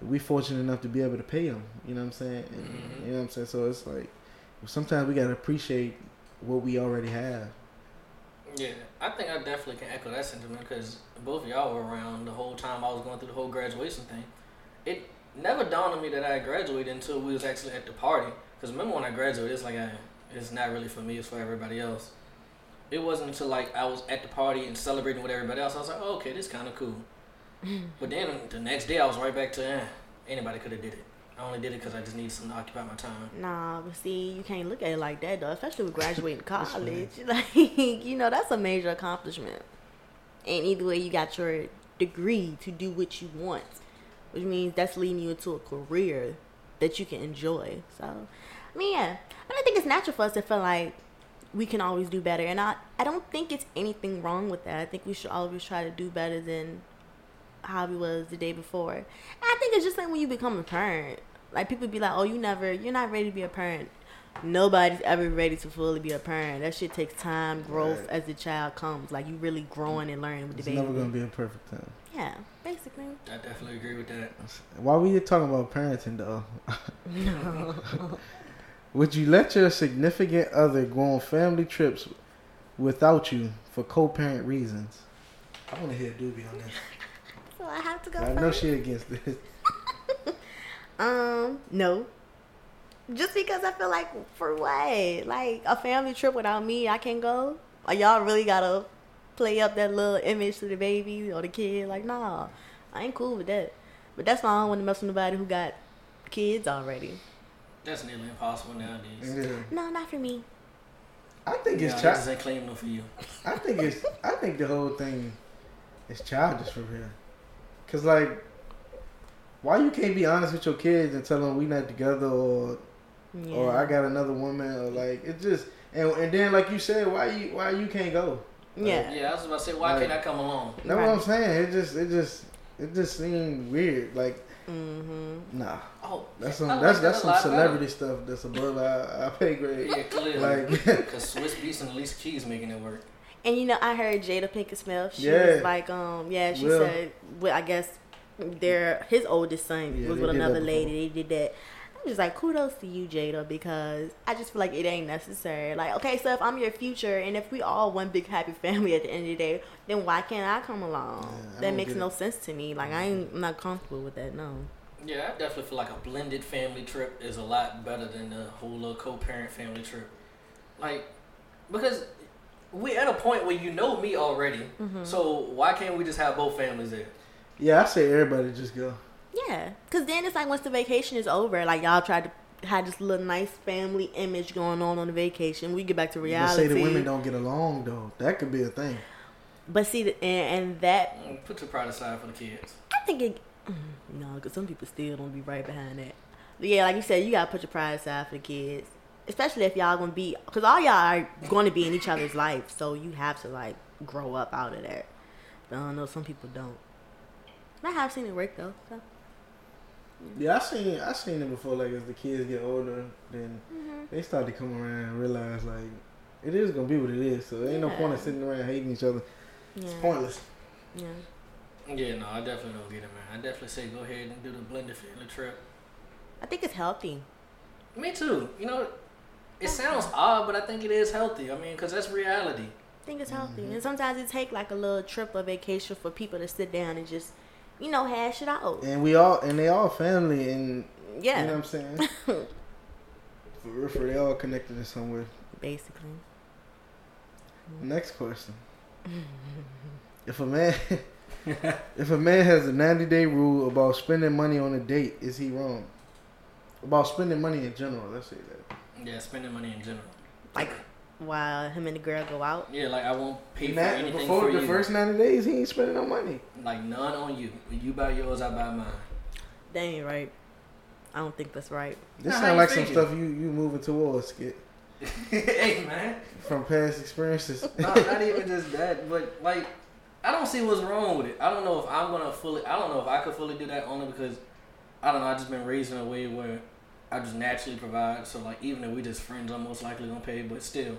we fortunate enough to be able to pay them. You know what I'm saying? And,
Mhm.
You know what I'm saying? So it's like sometimes we gotta appreciate what we already have.
Yeah, I think I definitely can echo that sentiment because both of y'all were around the whole time I was going through the whole graduation thing. It never dawned on me that I had graduated until we was actually at the party. Because remember when I graduated, it's like I, it's not really for me; it's for everybody else. It wasn't until like I was at the party and celebrating with everybody else. I was like, oh, okay, this kind of cool. but then the next day, I was right back to, eh, anybody could have did it. I only did it because I just needed something to occupy my time.
Nah, but see, you can't look at it like that though, especially with graduating college. Like, you know, that's a major accomplishment. And either way, you got your degree to do what you want, which means that's leading you into a career that you can enjoy. So, I mean, yeah, and I think it's natural for us to feel like we can always do better, and I I don't think it's anything wrong with that. I think we should always try to do better than how we was the day before. And I think it's just like when you become a parent. Like people be like, "Oh, you never, you're not ready to be a parent." Nobody's ever ready to fully be a parent. That shit takes time, growth
Right.
as the child comes. Like you really growing and learning with the
It's
baby.
never gonna be a perfect time.
Yeah, basically.
I definitely agree with that.
While we were talking about parenting though,
No.
Would you let your significant other go on family trips without you for co-parent reasons? I want to hear Doobie on this.
so I have to go
I
first.
know she against this.
Um, no. Just because I feel like for what? Like a family trip without me, I can go. Or y'all really gotta play up that little image to the baby or the kid. Like, nah, I ain't cool with that. But that's why I don't want to mess with nobody who got kids already.
That's nearly impossible nowadays.
Yeah.
No, not for me.
I think
Yeah,
it's
this
child.
ain't claiming no for you.
I think it's. I think the whole thing is childish for real. Cause like, why you can't be honest with your kids and tell them we not together or
Yeah.
or Oh, I got another woman or like it's just and and then like you said why you why you can't go.
yeah.
Yeah, I was about to say, why
Right.
can't I come along?
That's what I'm saying. It just it just it just seemed weird. Like
Mm-hmm.
nah.
Oh,
That's
I
some
like
that's
that
that's
a
some
lot
celebrity stuff that's above our, our pay
better.
grade.
Yeah, clearly.
Like
Because Swiss Beats and Alicia Keys making it work.
And you know, I heard Jada Pinkett Smith. She
Yeah.
was like, um, yeah, she
Will.
said, well, I guess their his oldest son
Yeah,
was
they
with
did that
another
before.
lady. They did that. I'm just like, kudos to you, Jada, because I just feel like it ain't necessary. Like, okay, so if I'm your future, and if we all one big happy family at the end of the day, then why can't I come along?
Yeah, I
that
don't
makes
get
no
it. Mm-hmm.
sense to me. Like, I ain't, I'm not comfortable with that. No.
Yeah, I definitely feel like a blended family trip is a lot better than the whole little co-parent family trip. Like, because we at a point where you know me already, so why can't we just have both families there?
yeah, I say everybody just go.
Yeah, cause then it's like once the vacation is over, like y'all tried to have this little nice family image going on on the vacation. We get back to
But
reality.
say the women don't get along though. That could be a thing.
But see, the, and, and that
Mm, Put your pride aside for the kids.
I think it. mm, No, because some people still don't be right behind that. But yeah, like you said, you gotta put your pride aside for the kids, especially if y'all gonna be, because all y'all are going to be in each other's life, so you have to like grow up out of that. But I don't know, some people don't. I have seen it work though. So.
Yeah, I seen I seen it before. Like as the kids get older, then they start to come around and realize like it is gonna be what it is. So there ain't no
Yeah.
point in sitting around hating each other. It's
Yeah,
pointless.
yeah.
Yeah, no, I definitely don't get it, man. I definitely say go ahead and do the blended family trip.
I think it's healthy.
Me too. You know, it sounds odd, but I think it is healthy. I mean, because that's reality.
I think it's healthy, and sometimes it take like a little trip or vacation for people to sit down and just, you know, hash it out.
And we all and they all family and
Yeah,
you know what I'm saying. for, real, for real, they all connected in some way.
basically.
Next question. if a man if a man has a 90 day rule about spending money on a date, is he wrong? About spending money in general, let's say that.
Yeah, spending money in general.
like while him and the girl go out.
Yeah, like I won't pay for
Not-
anything
before
for
the
you.
first ninety days, he ain't spending no money.
Like none on you. You buy yours, I buy mine.
That ain't right. I don't think that's right.
This
Nah, how
sound
you
like some
figure?
stuff you you moving towards, Skip,
hey man,
from past experiences.
not, not even just that, but like I don't see what's wrong with it. I don't know if I'm gonna fully. I don't know if I could fully do that only because I don't know. I just been raised in a way where I just naturally provide. So like even if we just friends, I'm most likely gonna pay. But still,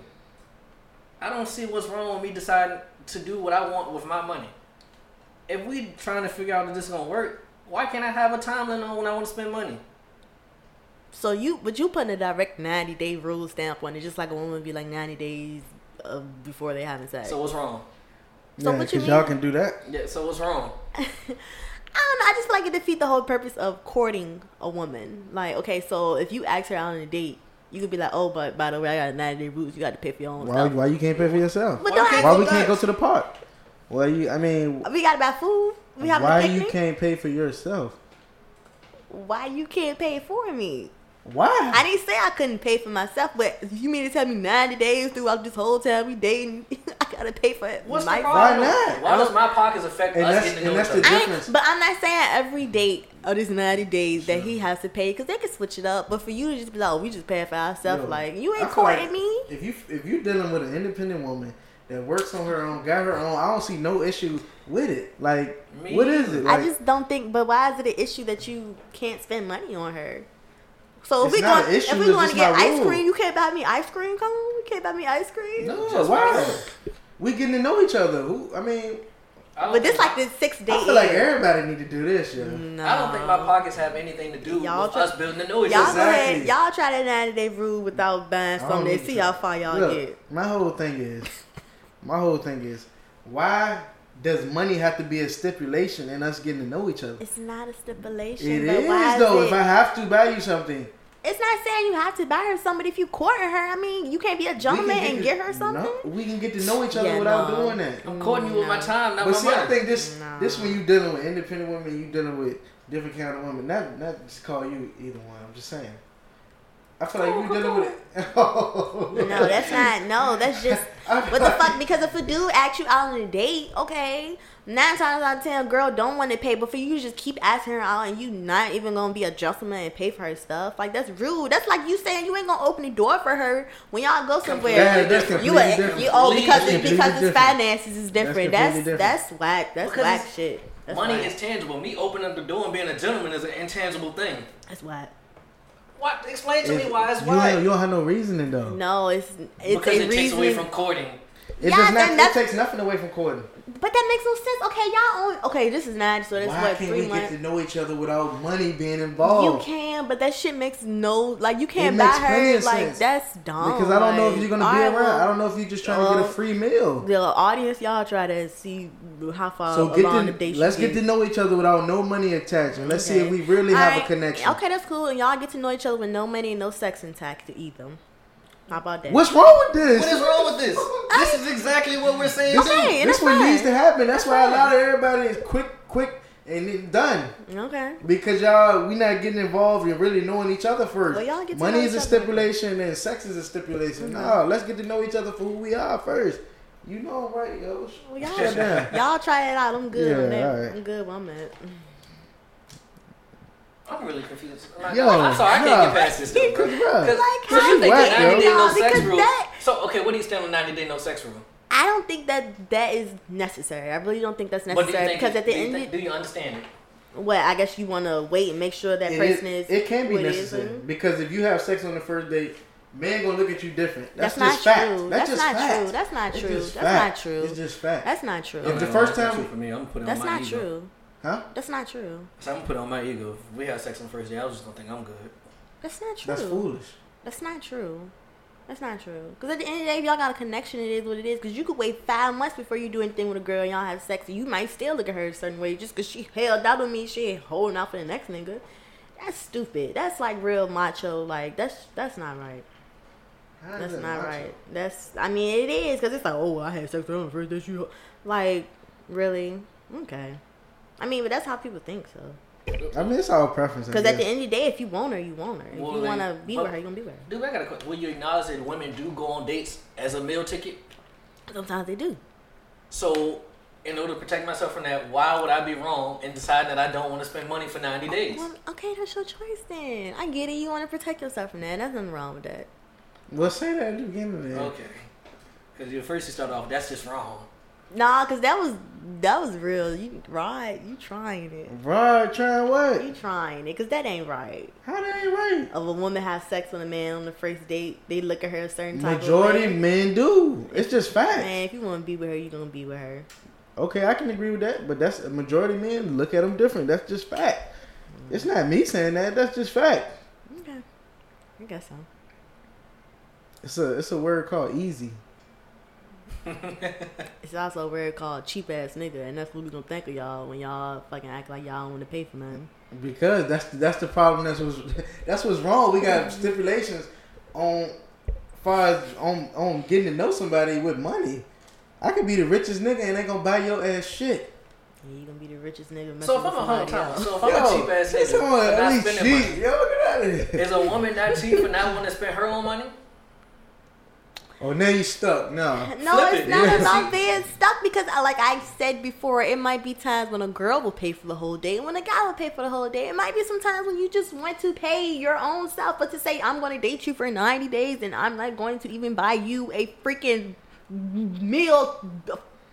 I don't see what's wrong with me deciding to do what I want with my money. If we trying to figure out if this is gonna work, why can't I have a time limit on when I want to spend money?
So you, but you putting a direct ninety day rule stamp on it, just like a woman be like ninety days uh, before they having sex.
So what's wrong?
So
yeah,
what you
because y'all
mean?
can do that.
Yeah. So what's wrong?
I don't know. I just feel like it defeat the whole purpose of courting a woman. Like, okay, so if you ask her out on a date, you could be like, oh, but by the way, I got a ninety day rule. You got to pay for your own
Why
stuff.
why you can't pay for yourself?
But
Why
don't
can't-
ask
Why
me
we can't go
first.
to the park? Why you? I mean,
We got to buy food. We have
why
a
you
picnic.
can't pay for yourself?
why you can't pay for me? I
Why?
didn't say I couldn't pay for myself, but you mean to tell me ninety days throughout this whole time we dating, I gotta pay for it?
What's the
myself?
problem?
not?
Why does my pockets affect
And
us
that's-
getting to
and
know
that's
each
the
other?
I ain't-
difference.
but I'm not saying every date or these 90 days that he has to pay because they can switch it up. But for you to just be like, oh, we just pay for ourselves,
Yo,
like, you
I
ain't
feel like
courting me.
If you if you dealing with an independent woman that works on her own, got her own, I don't see no issue with it. Like,
Me
what is it? Like,
I just don't think, but why is it an issue that you can't spend money on her? So if
It's
we
not
going,
an issue,
if we
it's
going
just
to get
my
ice
rule.
cream, you can't buy me ice cream cone. You can't buy me ice cream.
no,
Just
why?
right.
We getting to know each other. Who? I mean,
I don't
But this
think-
like this six day.
I feel like everybody need to do this, yo.
no.
I don't think my pockets have anything to do
Y'all
with
try-
us building the new
Y'all
Exactly.
go ahead.
Exactly.
Y'all try that 90 day rule without buying
I don't
something.
need
See
to.
how far y'all
Look,
get.
my whole thing is, my whole thing is, why does money have to be a stipulation in us getting to know each other?
It's not a stipulation.
It
but why
is
is
though. If
it-
I have to buy you something,
It's not saying you have to buy her something if you courting her. I mean, you can't be a
we can
gentleman and
to-
get her something.
No, we can get to know each other
Yeah,
without
no.
doing that.
I'm courting you with my
No.
time, not
But
my
see, I
money.
think this this
No.
when you dealing with independent women, you dealing with different kind of women. Not not just call you either one. I'm just saying. I feel like
Cool,
you
cool,
dealing with it.
No, that's not. No, that's just what the fuck. Because if a dude asks you out on a date, okay, nine times out of ten, girl don't want to pay. But for you, to just keep asking her out, and you not even gonna be a gentleman and pay for her stuff. Like that's rude. That's like you saying you ain't gonna open the door for her when y'all go
Yeah,
somewhere.
that's
You,
completely
a,
different.
you oh because
Completely
it's because
different.
it's finances is different.
completely
That's
different.
that's whack. That's
Because
whack
it's-
shit. That's
money
whack.
is tangible. Me opening up the door and being a gentleman is an intangible thing.
that's whack.
What? Explain to me
It-
why it's
you
why.
don't- You don't have no reasoning though.
No, it's it's
because
a
it takes
reason.
away from courting.
It
Yeah,
does
then
not. It
that's-
takes nothing away from courting.
But that makes no sense. Okay, y'all only okay. This is nine, so that's
Why
what
can't
three
we
months.
get to know each other without money being
You
involved?
can, but that shit makes no like you can't buy
makes plenty
her.
of
Like
sense.
that's dumb.
because I don't know if
Like,
you're gonna be
alright,
around.
well,
I don't know if you're just trying to get
well,
a free meal.
The audience, y'all try to see how far
So
along
get
the
to,
date.
let's
she
get
is.
to know each other without no money attached, and let's see
Okay.
if we really have a
Alright,
connection.
Okay, that's cool. And y'all get to know each other with no money and no sex intact to either. How about that?
What's wrong with this?
What is wrong with this? This is exactly what we're saying.
This,
Okay, and
this
that's
one
fine.
needs to happen. That's,
That's
why a lot
fine.
of everybody is quick, quick, and then done
okay.
because y'all we not getting involved and really knowing each other first.
Well, y'all get to
Money
know
is a
each other. Mm-hmm.
stipulation and sex is a stipulation. No, let's get to know each other for who we are first. You know, I'm right, yo?
Well,
Shut
y'all,
down.
y'all try it out. I'm good.
Yeah,
on that.
alright.
I'm good. Where I'm at.
I'm really confused. Like,
Yo,
I'm sorry, I
nah.
can't get past this. Though, bro.
Bruh.
Because
Like,
how
you
you
think
whack,
the 90 day
yo.
no
Nah,
sex
because
rule.
that-
So okay, what do you stand on 90 day no sex rule?
I don't think that that is necessary. I really don't think that's
What do you
necessary
think?
because at the
do you
end,
think- do you understand it?
what I guess you want to wait and make sure that
It,
person
is,
is.
it can be
what it is mm-hmm.
necessary
and-
because if you have sex on the first date, man gonna look at you different. That's,
That's,
just
not
fact. That's,
true. That's,
just
not
fact.
true. That's not
It's
true.
just
That's
fact.
not true.
It's just fact.
That's not true.
If the first
That's
time-
true for me, I'm gonna put it on
That's
my
not
ego.
true.
huh?
That's not true.
So I'm gonna put it on my ego. If we had sex on the first day, I was just gonna think I'm good.
That's not true.
That's foolish.
That's not true. That's not true. Because at the end of the day, if y'all got a connection, it is what it is. Because you could wait five months before you do anything with a girl and y'all have sex. And you might still look at her a certain way just because she held out on me. She ain't holding out for the next nigga. That's stupid. That's like real macho. Like, that's that's not right.
How is
That's
that
not
macho?
right. That's, I mean, it is. Because it's like, oh, I had sex on the first day. She, ho-" like, really? Okay. I mean, but that's how people think, so.
I mean, it's all preference. I
Because at the
guess.
end of the day, if you want her, you want her. If
Well,
you
they-
want to be
but-
with her, you're going to be with her.
Dude, I got a question. Will you acknowledge that women do go on dates as a meal ticket?
Sometimes they do.
So, in order to protect myself from that, why would I be wrong in deciding that I don't want to spend money for
Oh,
90 days?
Well, okay, that's your choice then. I get it. You want to protect yourself from that. There's nothing wrong with that.
Well, say that at the beginning. Then.
Okay. Because you first you start off, that's just wrong.
Nah, because that was that was real. You right. You trying it.
Right, trying what?
You trying it because that ain't right.
How that ain't right?
Of a woman have sex with a man on the first date, they look at her a certain type
Majority
of way.
men do. It's just
Man,
facts.
if you want to be with her, you gonna be with her.
Okay, I can agree with that, but that's majority men look at them different. That's just fact. It's not me saying that. That's just fact.
Okay, I guess so.
It's a it's a word called easy.
It's also a word called cheap ass nigga, and that's what we gonna think of y'all when y'all fucking act like y'all don't want to pay for nothing.
Because that's that's the problem. That's what's that's what's wrong. We got stipulations on far as on on getting to know somebody with money. I could be the richest nigga and they gonna buy your ass shit.
And you gonna be the richest nigga. messing
So, if
with
I'm a whole
somebody
time,
else.
so if I'm a cheap ass
come
nigga,
on,
for
at
not
least
spending
cheap.
money,
Yo, get out of here.
is a woman not cheap for not wanting to spend her own money?
Oh, now you stuck. No,
No,
Flip
it's
it.
not
Yeah.
about being stuck because, I, like I said before, it might be times when a girl will pay for the whole day, when a guy will pay for the whole day. It might be some times when you just want to pay your own self, but to say I'm going to date you for 90 days and I'm not going to even buy you a freaking meal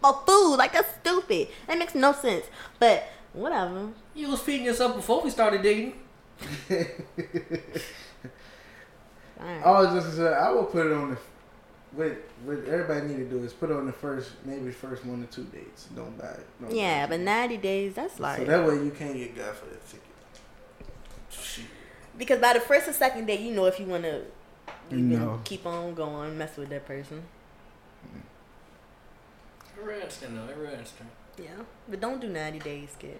of food, like that's stupid. That makes no sense. But whatever.
You was feeding yourself before we started dating.
All right.
I was just gonna say I would put it on the what what everybody need to do is put it on the first maybe first one or two dates. Don't buy it. Don't buy
yeah,
it.
but 90 days, that's like
so that way you can't get God for that ticket.
Shit.
because by the first or second day, you know if you want to
No.
keep on going, mess with that person.
Every instant, though. Every instant.
Yeah, but don't do 90 days, kid.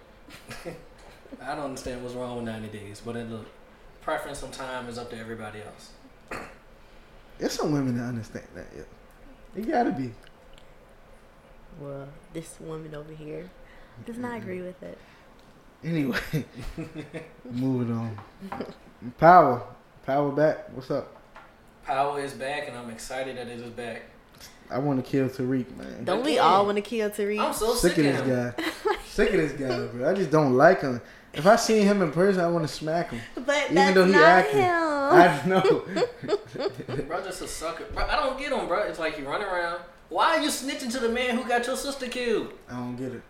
I don't understand what's wrong with 90 days, but it, look, preference on time is up to everybody else.
There's some women that understand that. Yeah. It gotta be.
Well, this woman over here does not agree with it.
Anyway, moving on. Power, power back. What's up?
Power is back, and I'm excited that it is back.
I want to kill Tariq, man.
Don't we
Okay.
all want to kill
I'm
Tariq?
so
sick, of
him.
this guy. sick of this guy, bro. I just don't like him. If I seen him in person, I want to smack him.
But that's
Even though he
not
acting,
him.
I know.
Bro, just a sucker. Bro, I don't get him, bro. It's like you run around. Why are you snitching to the man who got your sister killed?
I don't get it.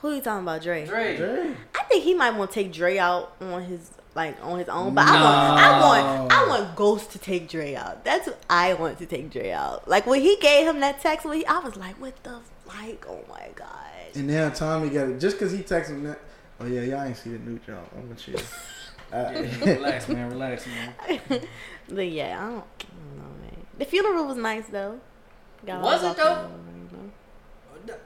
Who you talking about, Dre?
Dre.
Dre,
I think he might want to take Dre out on his like on his own. But I want I want I
No.
want Ghost to take Dre out. That's what I want to take Dre out. Like when he gave him that text, when he, I was like, what the like? Oh my god.
and now Tommy got it just because he texted him that. Oh yeah, y'all ain't see the new jump. I'm gonna chill.
Yeah,
I-
relax, man. Relax, man.
but yeah, I don't, I don't know, man. The funeral was nice though. a lot
Was
of
it, though?
off-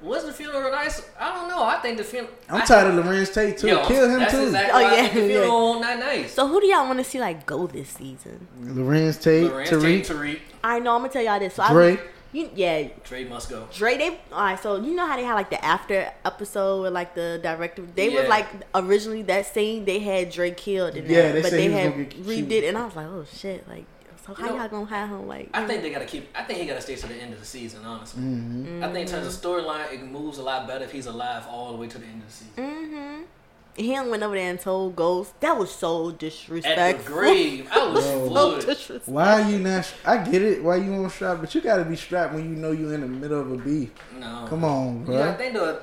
Was the funeral nice? I don't know. I think the funeral.
I'm tired of Lorenz Tate too.
Yo,
kill him
that's
too.
Exactly
Oh,
why I
yeah,
think the
yeah.
funeral not nice.
So who do y'all want to see like go this season?
Lorenz Tate,
Lorenz
Tariq,
Tate, Tariq,
I know I'm gonna tell y'all this. So I,
Dre.
was- you, yeah,
Dre must go.
Dre. They all right. So you know how they had like the after episode with like the director. They
Yeah.
was like originally that scene they had Dre killed. And
Yeah,
that,
they
but
said
they
he was
had
gonna get
redid.
killed.
it. And I was like, oh shit, like. So how
You know,
y'all gonna have him like?
I
Mm.
think they gotta keep. I think he gotta stay to the end of the season. Honestly,
Mm-hmm.
I think in terms of storyline, it moves a lot better if he's alive all the way to the end of the season.
Mm-hmm. Him went over there and told Ghost. That was so disrespectful.
At the grave, I
Bro.
was
so
floored.
disrespectful.
Why are you not? I get it. Why you on strap? But you gotta be strapped when you know you in the middle of a beef.
No,
Come on, bro.
Yeah, I think the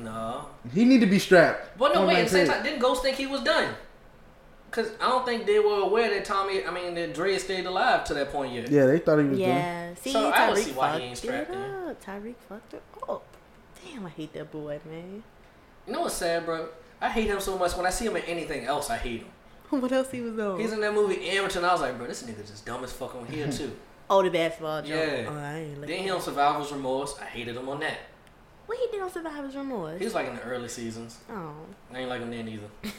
no.
He need to be strapped.
But no,
Point
wait. At
blank
the same
period.
time, didn't Ghost think he was done? Cause I don't think they were aware that Tommy. I mean, that Dre stayed alive to that point yet.
Yeah, they thought he was yeah.
Yeah. See,
So I don't
Tyreek
see why he ain't
fucked it
strapped in.
up. Tyreek fucked it up. Damn, I hate that boy, man.
You know what's sad, bro? I hate him so much. When I see him in anything else, I hate him.
What else he was
Oh.
on?
He's in that movie Amateur, and I was like, bro, this nigga just dumb as fuck on here too.
oh, the basketball jump.
Yeah.
Oh, I ain't
then
looking.
he on Survivor's Remorse. I hated him on that.
What he did on Survivor's Remorse?
He was like in the early seasons.
oh.
I ain't like him then either.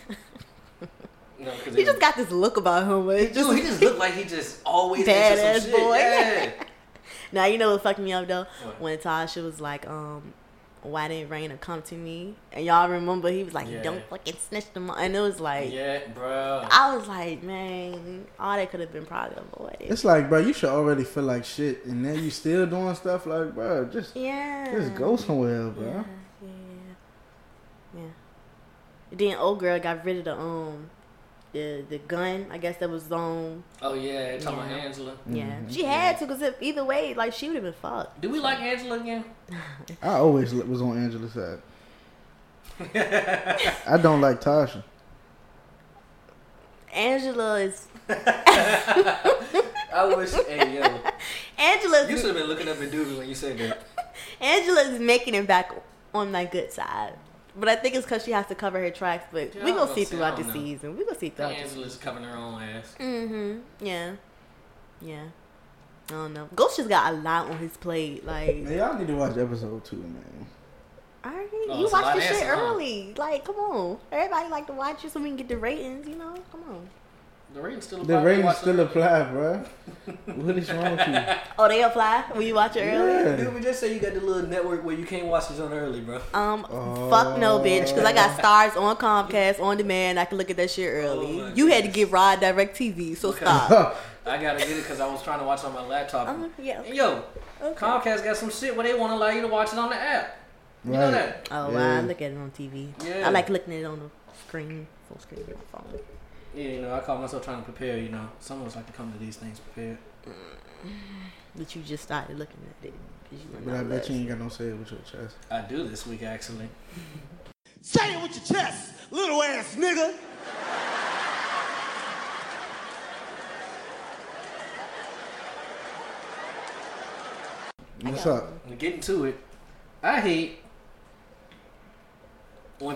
no, because
He just got this look about him, but it's just,
Dude, he just looked like he just always
Badass
badass some shit.
boy.
Yeah.
now you know what fucked me up though
What?
when Tasha was like, um, why didn't Raina come to me? And y'all remember he was like,
Yeah.
don't fucking snitch them. And it was like,
Yeah, bro.
I was like, man, all that could have been probably avoided.
It's like, bro, you should already feel like shit, and then you still doing stuff like, bro, just
yeah.
just go somewhere, bro.
Yeah, yeah, yeah. Then old girl got rid of the um, the the gun. I guess that was um.
Oh yeah, talking
Yeah.
about Angela.
Yeah, she had to because if either way, like she would have been fucked.
Do we like Angela again?
I always li- was on Angela's side. I don't like Tasha.
Angela is
I wish. hey yo,
Angela's
you should have been looking up at doodles when you said that.
Angela is making it back on my good side. But I think it's because she has to cover her tracks. But
Yeah,
we
I
gonna
was
see
gonna say, I
throughout the
don't know.
season. We gonna see throughout. the
Angela's covering her own ass.
Mm-hmm. Yeah. Yeah. I don't know. Ghost just got a lot on his plate. Like,
Man, y'all need to watch episode two, man.
already,
Oh,
you
it's a
watch
lot
this
of
shit
answer, huh?
early. Like, come on. Everybody like to watch it so we can get the ratings. You know, come on.
The ratings still apply.
The
We
ratings
watch
still
the-
apply, bro. What is wrong with you?
Oh, they apply when you watch it early.
Yeah.
Dude, we just say you got the little network where you can't watch this on early, bro.
Um,
Oh.
fuck no, bitch. Cause I
Oh.
got stars on Comcast on demand. I can look at that shit early.
Oh my
you had to get Rod Direct TV, so
Okay.
stop.
I gotta get it because I was trying to watch on my laptop.
Um, yeah.
And yo,
Okay.
Comcast got some shit where they want to allow you to watch it on the app. You know
Right.
that?
Oh, wow.
Yeah.
I look at it on TV.
Yeah.
I like looking at it on the screen, full screen on my phone.
Yeah, you know, I call myself trying to prepare. You know, some of us like to come to these things prepared.
But you just started looking at it. 'cause you were
But I
not
bet you
less.
ain't got no say with your chest.
I do this week actually.
Say it with your chest, little ass nigga.
What's
got
up?
And Getting to it, I hate when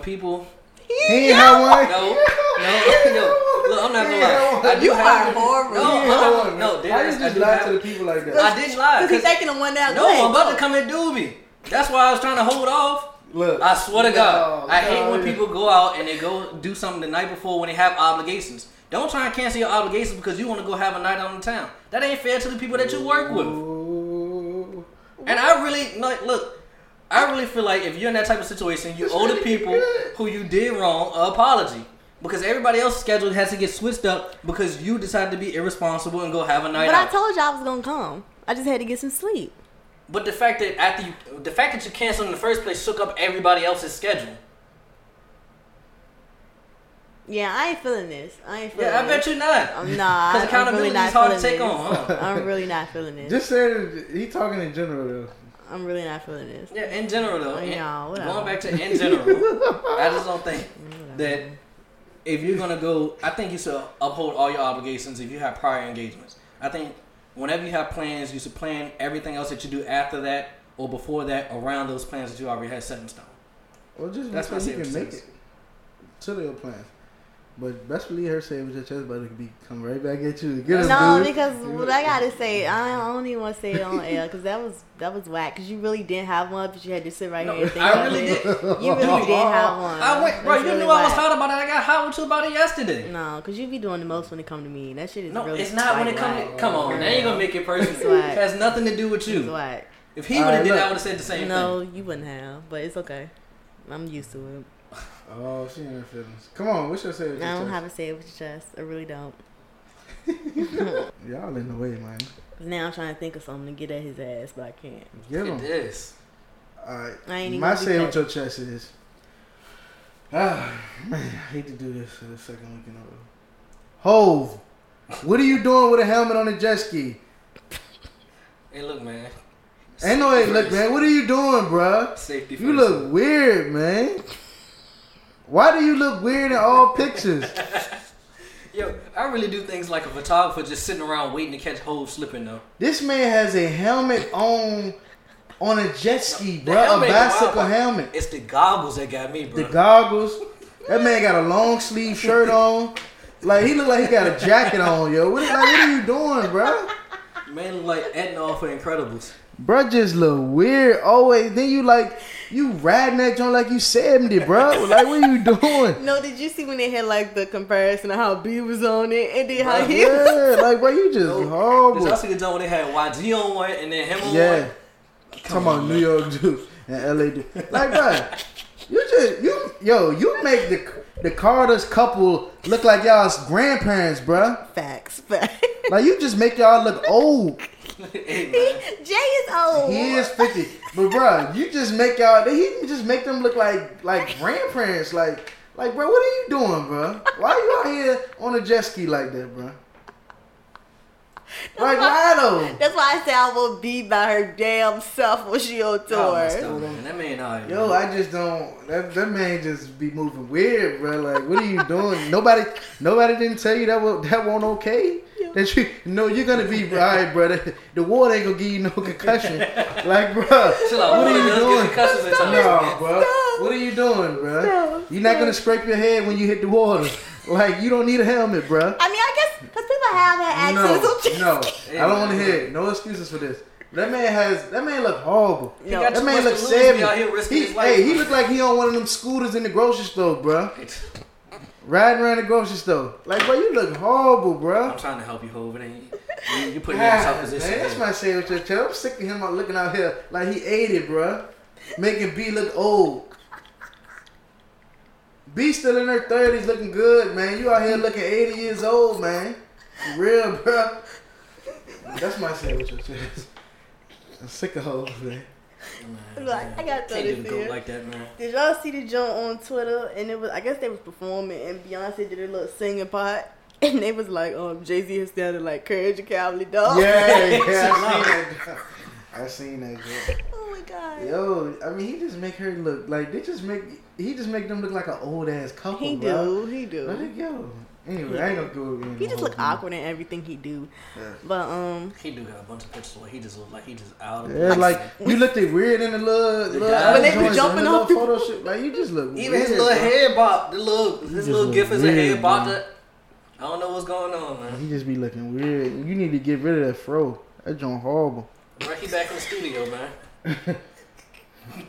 people.
He ain't had
No,
one.
no, no. Look, I'm not gonna lie. I do
You
have-
are horrible.
No,
He ain't
I'm
had
not-
one.
no. dead
Why you
ass, I
just
do
lie
have-
to the people like that?
I did lie.
Cause he's
'cause-
taking a one down.
No, I'm about to come and do me. That's why I was trying to hold off.
Look,
I swear to God,
no,
I hate
no,
when
yeah.
people go out and they go do something the night before when they have obligations. Don't try and cancel your obligations because you want to go have a night out in town. That ain't fair to the people that you work with.
Ooh.
And I really like look. I really feel like if you're in that type of situation, you
It's
owe the
really
people
good.
who you did wrong an apology because everybody else's schedule has to get switched up because you decided to be irresponsible and go have a night
But
out.
I told you I was gonna come. I just had to get some sleep.
But the fact that after you, the fact that you canceled in the first place shook up everybody else's schedule.
Yeah, I ain't feeling this. I ain't feeling.
Yeah, I bet you not.
Um, nah,
Because
I- I'm
accountability
really not
is hard to
feeling
take
this.
on. Huh?
I'm really not feeling this.
Just said he talking in general though.
I'm really not feeling this.
Yeah, in general though. in-
Oh, Yeah, whatever. Mm,
going back to in general, I just don't think that if you're gonna go, I think you should uphold all your obligations if you have prior engagements. I think whenever you have plans, you should plan everything else that you do after that or before that around those plans that you already had set in stone.
Well, just
That's
that's
my
because you can
saving
make
sense.
it to your plans. But best believe her savings your chest, but it could be come right back at you. Get
no,
him, dude.
because what I gotta say, I I don't even want to say it on air because that was that was whack. Because you really dididn't have one, but you had to sit right here. and think
I
about
really
it.
did.
You really didn't have one.
I went, bro.
That's
You
really
knew I was
whack.
talking about it. I got hot with you about it yesterday.
No, because you be doing the most when it come to me. That shit is
No,
really
it's not when it comes.
whack.
To, come on, now you gonna make it personal.
It's whack.
It has nothing to do with
It's
you.
whack.
If he would have
Alright,
did, that, I
look.
would have said the same
No, you wouldn't have, but it's okay. I'm used to it.
Oh, she in her feelings. Come on, what's your savings?
I
your
don't
chest?
have to say it with your chest. I really don't.
Y'all in the way, man.
'Cause now I'm trying to think of something to get at his ass, but I can't.
Give
thing.
him.
It is.
Alright.
I ain't even
My
gonna do
say
that.
with your chest is. Ah, man, I hate to do this for the second week in a row. Hove, what are you doing with a helmet on a jet ski?
Hey, look, man.
Ain't no way, look, man, what are you doing, bruh?
Safety first.
You look weird, man. Why do you look weird in all pictures?
Yo, I really do things like a photographer just sitting around waiting to catch hoes slipping though.
This man has a helmet on on a jet ski,
The
bruh.
helmet
A
ain't wild,
bicycle
but
helmet.
It's the goggles that got me, bro.
The goggles. That man got a long sleeve shirt on. Like he look like he got a jacket on, yo. What, like, what are you doing, bruh?
man look like Etna off of Incredibles.
Bruh just look weird always. Then you like you riding that joint like you 70, bruh. Like what are you doing?
No, did you see when they had like the comparison of how B was on it and then how he was?
Yeah, like bro, you just
Did y'all
horrible.
see the joint where they had YG on one and then him on
Yeah.
one?
Talking about New York dude. and LA do. Like, bro, you just you yo, you make the the Carter's couple look like y'all's grandparents, bro.
Facts. Facts.
Like, you just make y'all look old.
Hey,
Jay is old.
He is fifty, but bro, you just make y'all. He just make them look like like grandparents. Like, like, bro, what are you doing, bro? Why you out here on a jet ski like that, bro? Like, why though?
That's why I say I will be by her damn self when she on
y'all messed
tour.
up, Oh, man. That man, all right,
Yo,
man.
I just don't. That, that man just be moving weird, bro. Like, what are you doing? nobody, nobody didn't tell you that wa- that won't okay. That you no, you're gonna be all right, bro. The, the water ain't gonna give you no concussion. like, bro,
Chill out.
what are you doing?
Cousins and
No, bro.
Stop.
What are you doing, bro?
Stop.
You're not gonna scrape your head when you hit the water. like you don't need a helmet, bro.
I mean, I guess because people have had
No,
access to jet
no,
ski.
I don't want to hear it. No excuses for this. That man has. That man look horrible.
No.
got
That
too
man
much
look
to lose. He
savage.
out here risking
He,
his life.
hey, he look like he on one of them scooters in the grocery store, bro. Riding around the grocery store. Like, bro, you look horrible, bro.
I'm trying to help you, Hov. It ain't you. You put me in a tough
God, Ah, man,
position.
that's
man.
my sandwich. yo, chill. I'm sick of him out looking out here like he ate it, bro. Making B look old. B still in her thirties, looking good, man. You out here looking eighty years old, man. For Real, bro. That's my sandwich. yo, chill. I'm sick of hoes, man.
Man,
Look, I gotta throw
Can't
this
even go
in.
like that, man.
Did y'all see the joint on Twitter? And it was, I guess they was performing, and Beyonce did a little singing part, and they was like, um, Jay Z is sounding like Courage the Cowardly
Oh.
Dog.
Yeah, yeah, I seen that. yo. I seen that. yo.
Oh my god.
Yo, I mean, he just make her look like they just make he just make them look like an old ass couple.
He
bro.
do, he do.
Like, yo. Anyway, I ain't gonna go again.
He just look awkward in everything he do.
Yeah.
But um
He do got a bunch of pictures where he just look like he just out of
Yeah,
place.
like you looked it weird in the little, little
When they be
joints, in the
jumping
little
off the-
photo shoot. Like you just look
even
weird,
his little
bro.
head bop, the little his
just
little
look
gif is a
weird,
head bop.
man.
That, I don't know what's going on, man.
He just be looking weird. You need to get rid of that fro. That joint horrible.
Bro, he back in the studio, man.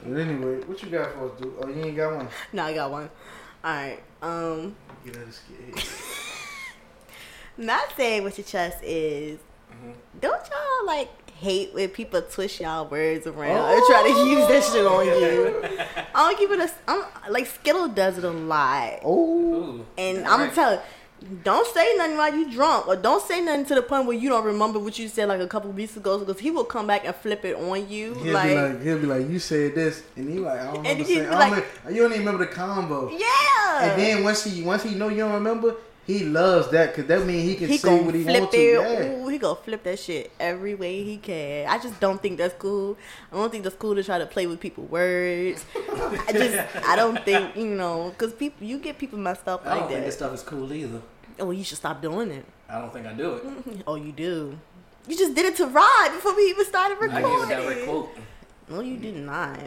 But anyway, what you got for us, dude? Oh, you ain't got one.
no, I got one. Alright. Um
Get out of skin.
not saying what your chest is.
Mm-hmm.
Don't y'all like hate when people twist y'all words around or try
Oh.
to use that shit on you? I don't give it a. I'm like Skittle does it a lot,
Oh,
Ooh,
and
Right.
I'm gonna tell. you, Don't say nothing while you drunk, or don't say nothing to the point where you don't remember what you said like a couple weeks ago, because he will come back and flip it on you.
he'll
like,
be like, he'll be like, you said this, and he like, I don't remember
And he'd
saying.
be
I don't
like-
remember- you don't even remember the combo.
yeah.
And then once he once he know you don't remember, he loves that because that means he can
he
say
gonna
what he
flip
wants to.
it.
Yeah.
Ooh, he gonna flip that shit every way he can. I just don't think that's cool. I don't think that's cool to try to play with people's words. I just, I don't think you know, cause people, you get people messed up
I don't
like
think this
that.
stuff is cool either.
Oh, you should stop doing it.
I don't think I do it.
Oh, you do. You just did it to Rod before we even started
I
recording.
gave a direct quote.
No, you did not.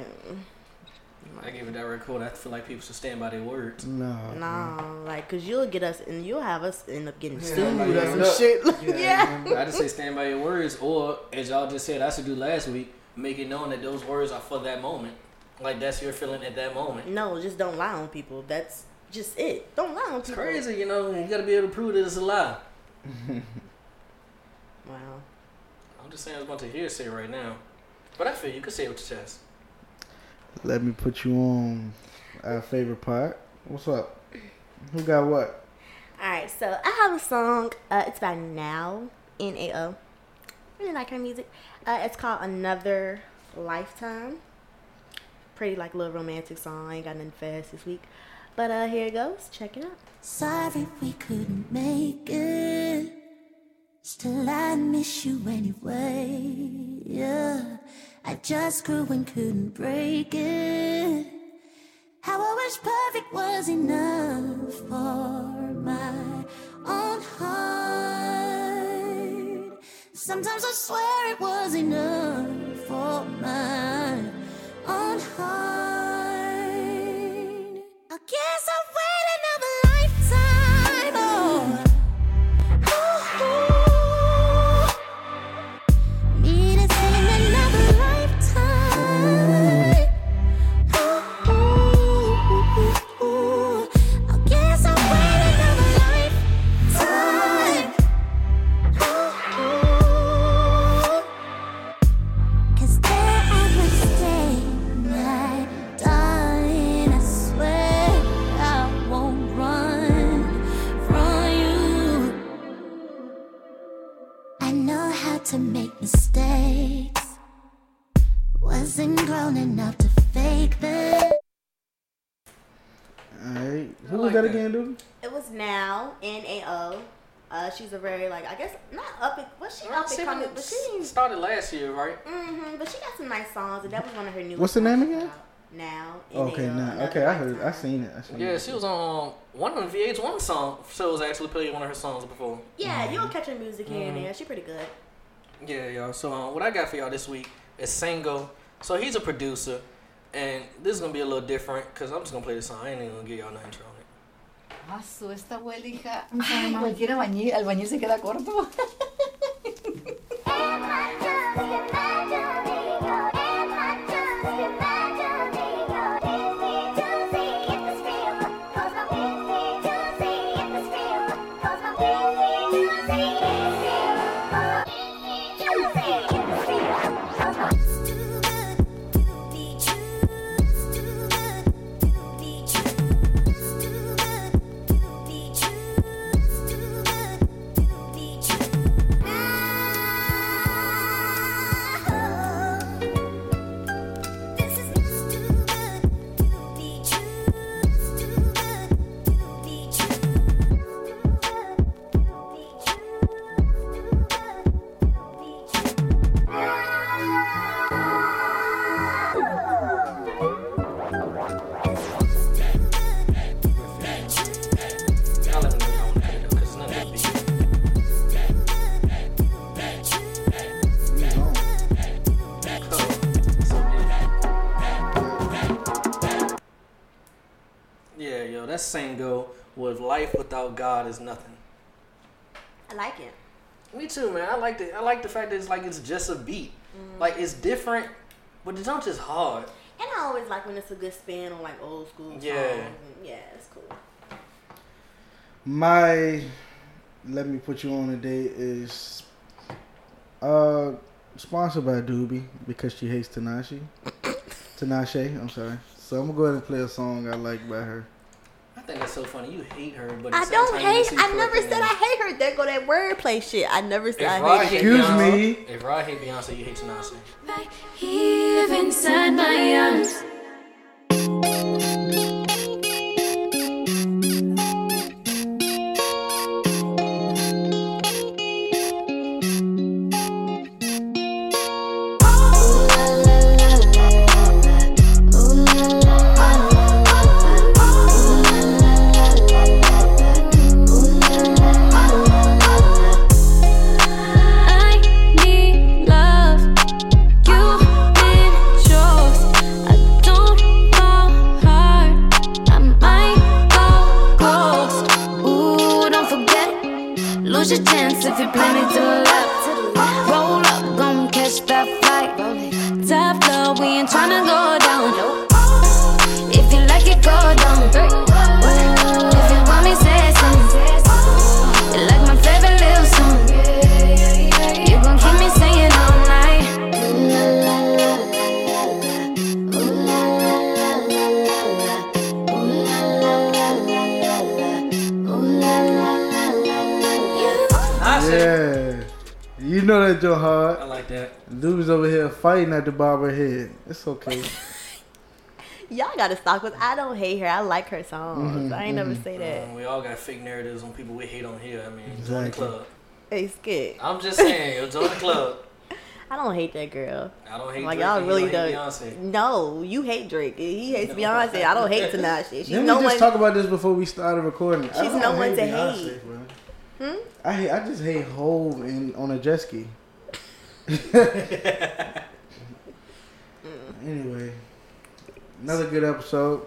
I gave a direct quote. I feel like people should stand by their words.
No.
No, like, cause you'll get us, and you'll have us end up getting
Yeah,
sued
like,
or some
yeah.
shit.
Yeah.
yeah.
I just say stand by your words, or as y'all just said, I should do last week, make it known that those words are for that moment. Like that's your feeling at that moment.
No, just don't lie on people. That's just it. Don't lie on
It's
people.
crazy, you know. You gotta be able to prove that it's a lie.
Wow.
I'm just saying it's a bunch of hearsay right now. But I feel you could say it with your chest.
Let me put you on our favorite part. What's up? Who got what?
All right, so I have a song. Uh, it's by Now N A O. Really like her music. Uh, it's called Another Lifetime. Pretty like little romantic song. I ain't got nothing fast this week, but uh, here it goes. Check it out.
Sorry we couldn't make it. Still, I miss you anyway. Yeah, I just grew and couldn't break it. How I wish perfect was enough for my own heart. Sometimes I swear it was enough for my own heart. I guess I'll wait another lifetime. Oh. Ooh. Need to stay another lifetime. I guess I'll wait another lifetime. wasn't grown enough to fake this.
Alright. Who was
I like
that,
that.
again, dude?
It was now N A O. Uh, she's a very like I guess not up. and- Was she up and coming? But she.
started last year, right?
hmm But she got some nice songs, and that was one of her new.
What's the name again?
Now.
Okay,
uh,
NAO,
nah.
Another
Okay, I
Lifetime.
heard I seen it. I seen
Yeah,
it.
she was on um, one of the VH1 song shows. Actually, played one of her songs before.
Mm-hmm.
Yeah, you'll catch her music here and there. She pretty good.
Yeah, y'all. So um, what I got for y'all this week is Sango. So he's a producer, and this is gonna be a little different because I'm just gonna play this song. I ain't even gonna give y'all no intro on it.
Asu, esta abuelija. Cualquier albañil, albañil se queda corto.
Oh. This is it's too good to be true. It's too good to be true. Too good to be true. Too good to be true.
Y'all let me know if y'all wanna play it though, 'cause it's not gonna be.
He's on.
cool. So, yeah. Yeah, yo, that's Sango with "Life Without God Is Nothing."
I like it.
Me too, man. I like the I like the fact that it's like it's just a beat,
Mm-hmm.
like it's different, but it's not just hard.
And I always like when it's a good spin on like old school songs.
Yeah.
Yeah, it's cool.
My let me put you on a date is uh sponsored by Doobie because she hates Tanashi. Tanache, I'm sorry. So I'm gonna go ahead and play a song I like by her.
I think that's so funny. You hate her, but
I
at the same
don't
time, you
hate.
see
I never
correcting
said
her.
I hate her. There go that wordplay shit. I never said
If
I
Rod
hate her.
hate
Excuse
Beyonce,
me?
If Rod hate Beyonce, you hate Tinashe.
Back here inside my arms. I need love. You've been jokes. I don't fall hard. I might go ghost. Ooh, don't forget. Lose your chance if you play me to the left. Roll up, gon' catch that flight. Top floor, we ain't tryna go down. If you like it, go down. If you want me, say something. You like my favorite little song. You gon' keep me singing all night. Ooh la la la la la la. Ooh la la la la la la. Ooh la la la la la la. Ooh la la la la la la.
Yeah. You know that your
I
heart.
like that.
Doobie's over here fighting at the barber head. It's okay.
Y'all gotta stop with I don't hate her. I like her songs.
Mm-hmm,
I ain't never say that.
Um, we all got fake narratives on people we hate on here. I mean, join the
Exactly.
club.
Hey, Skit.
I'm just saying, yo, join the club.
I don't hate that girl.
I don't hate
Like
Drake
y'all
and
really
you
don't.
don't. Hate Beyonce.
No, you hate Drake. He hates
No.
Beyonce. I don't hate Tinashe. She's
Didn't
no
we just
one.
talk about this before we started recording? I
She's
don't
no one to
Beyonce,
hate. Hmm?
bro. I hate, I just hate Hove in on a jet ski. anyway, another good episode.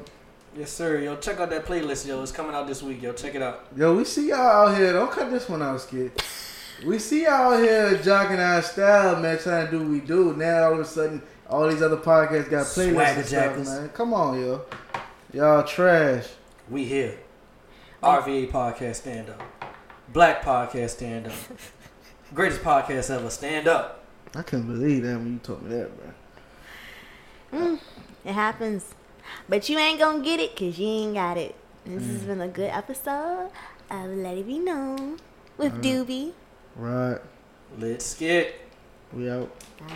Yes, sir. Yo, check out that playlist, yo. It's coming out this week, yo. Check it out.
Yo, we see y'all out here. Don't cut this one out, Skid. We see y'all out here jogging our style, man, trying to do what we do. Now all of a sudden, all these other podcasts got playlists
Swagger
and stuff,
jackers.
man. Come on, yo. Y'all trash.
We here.
Oh.
RVA podcast stand up. Black podcast stand up. Greatest podcast ever. Stand up.
I couldn't believe that when you told me that, bro.
It happens, but you ain't gonna get it cause you ain't got it. This
Mm.
has been a good episode of Let It Be
Mm.
Known with Doobie.
Right.
Let's get.
We out.
Bye.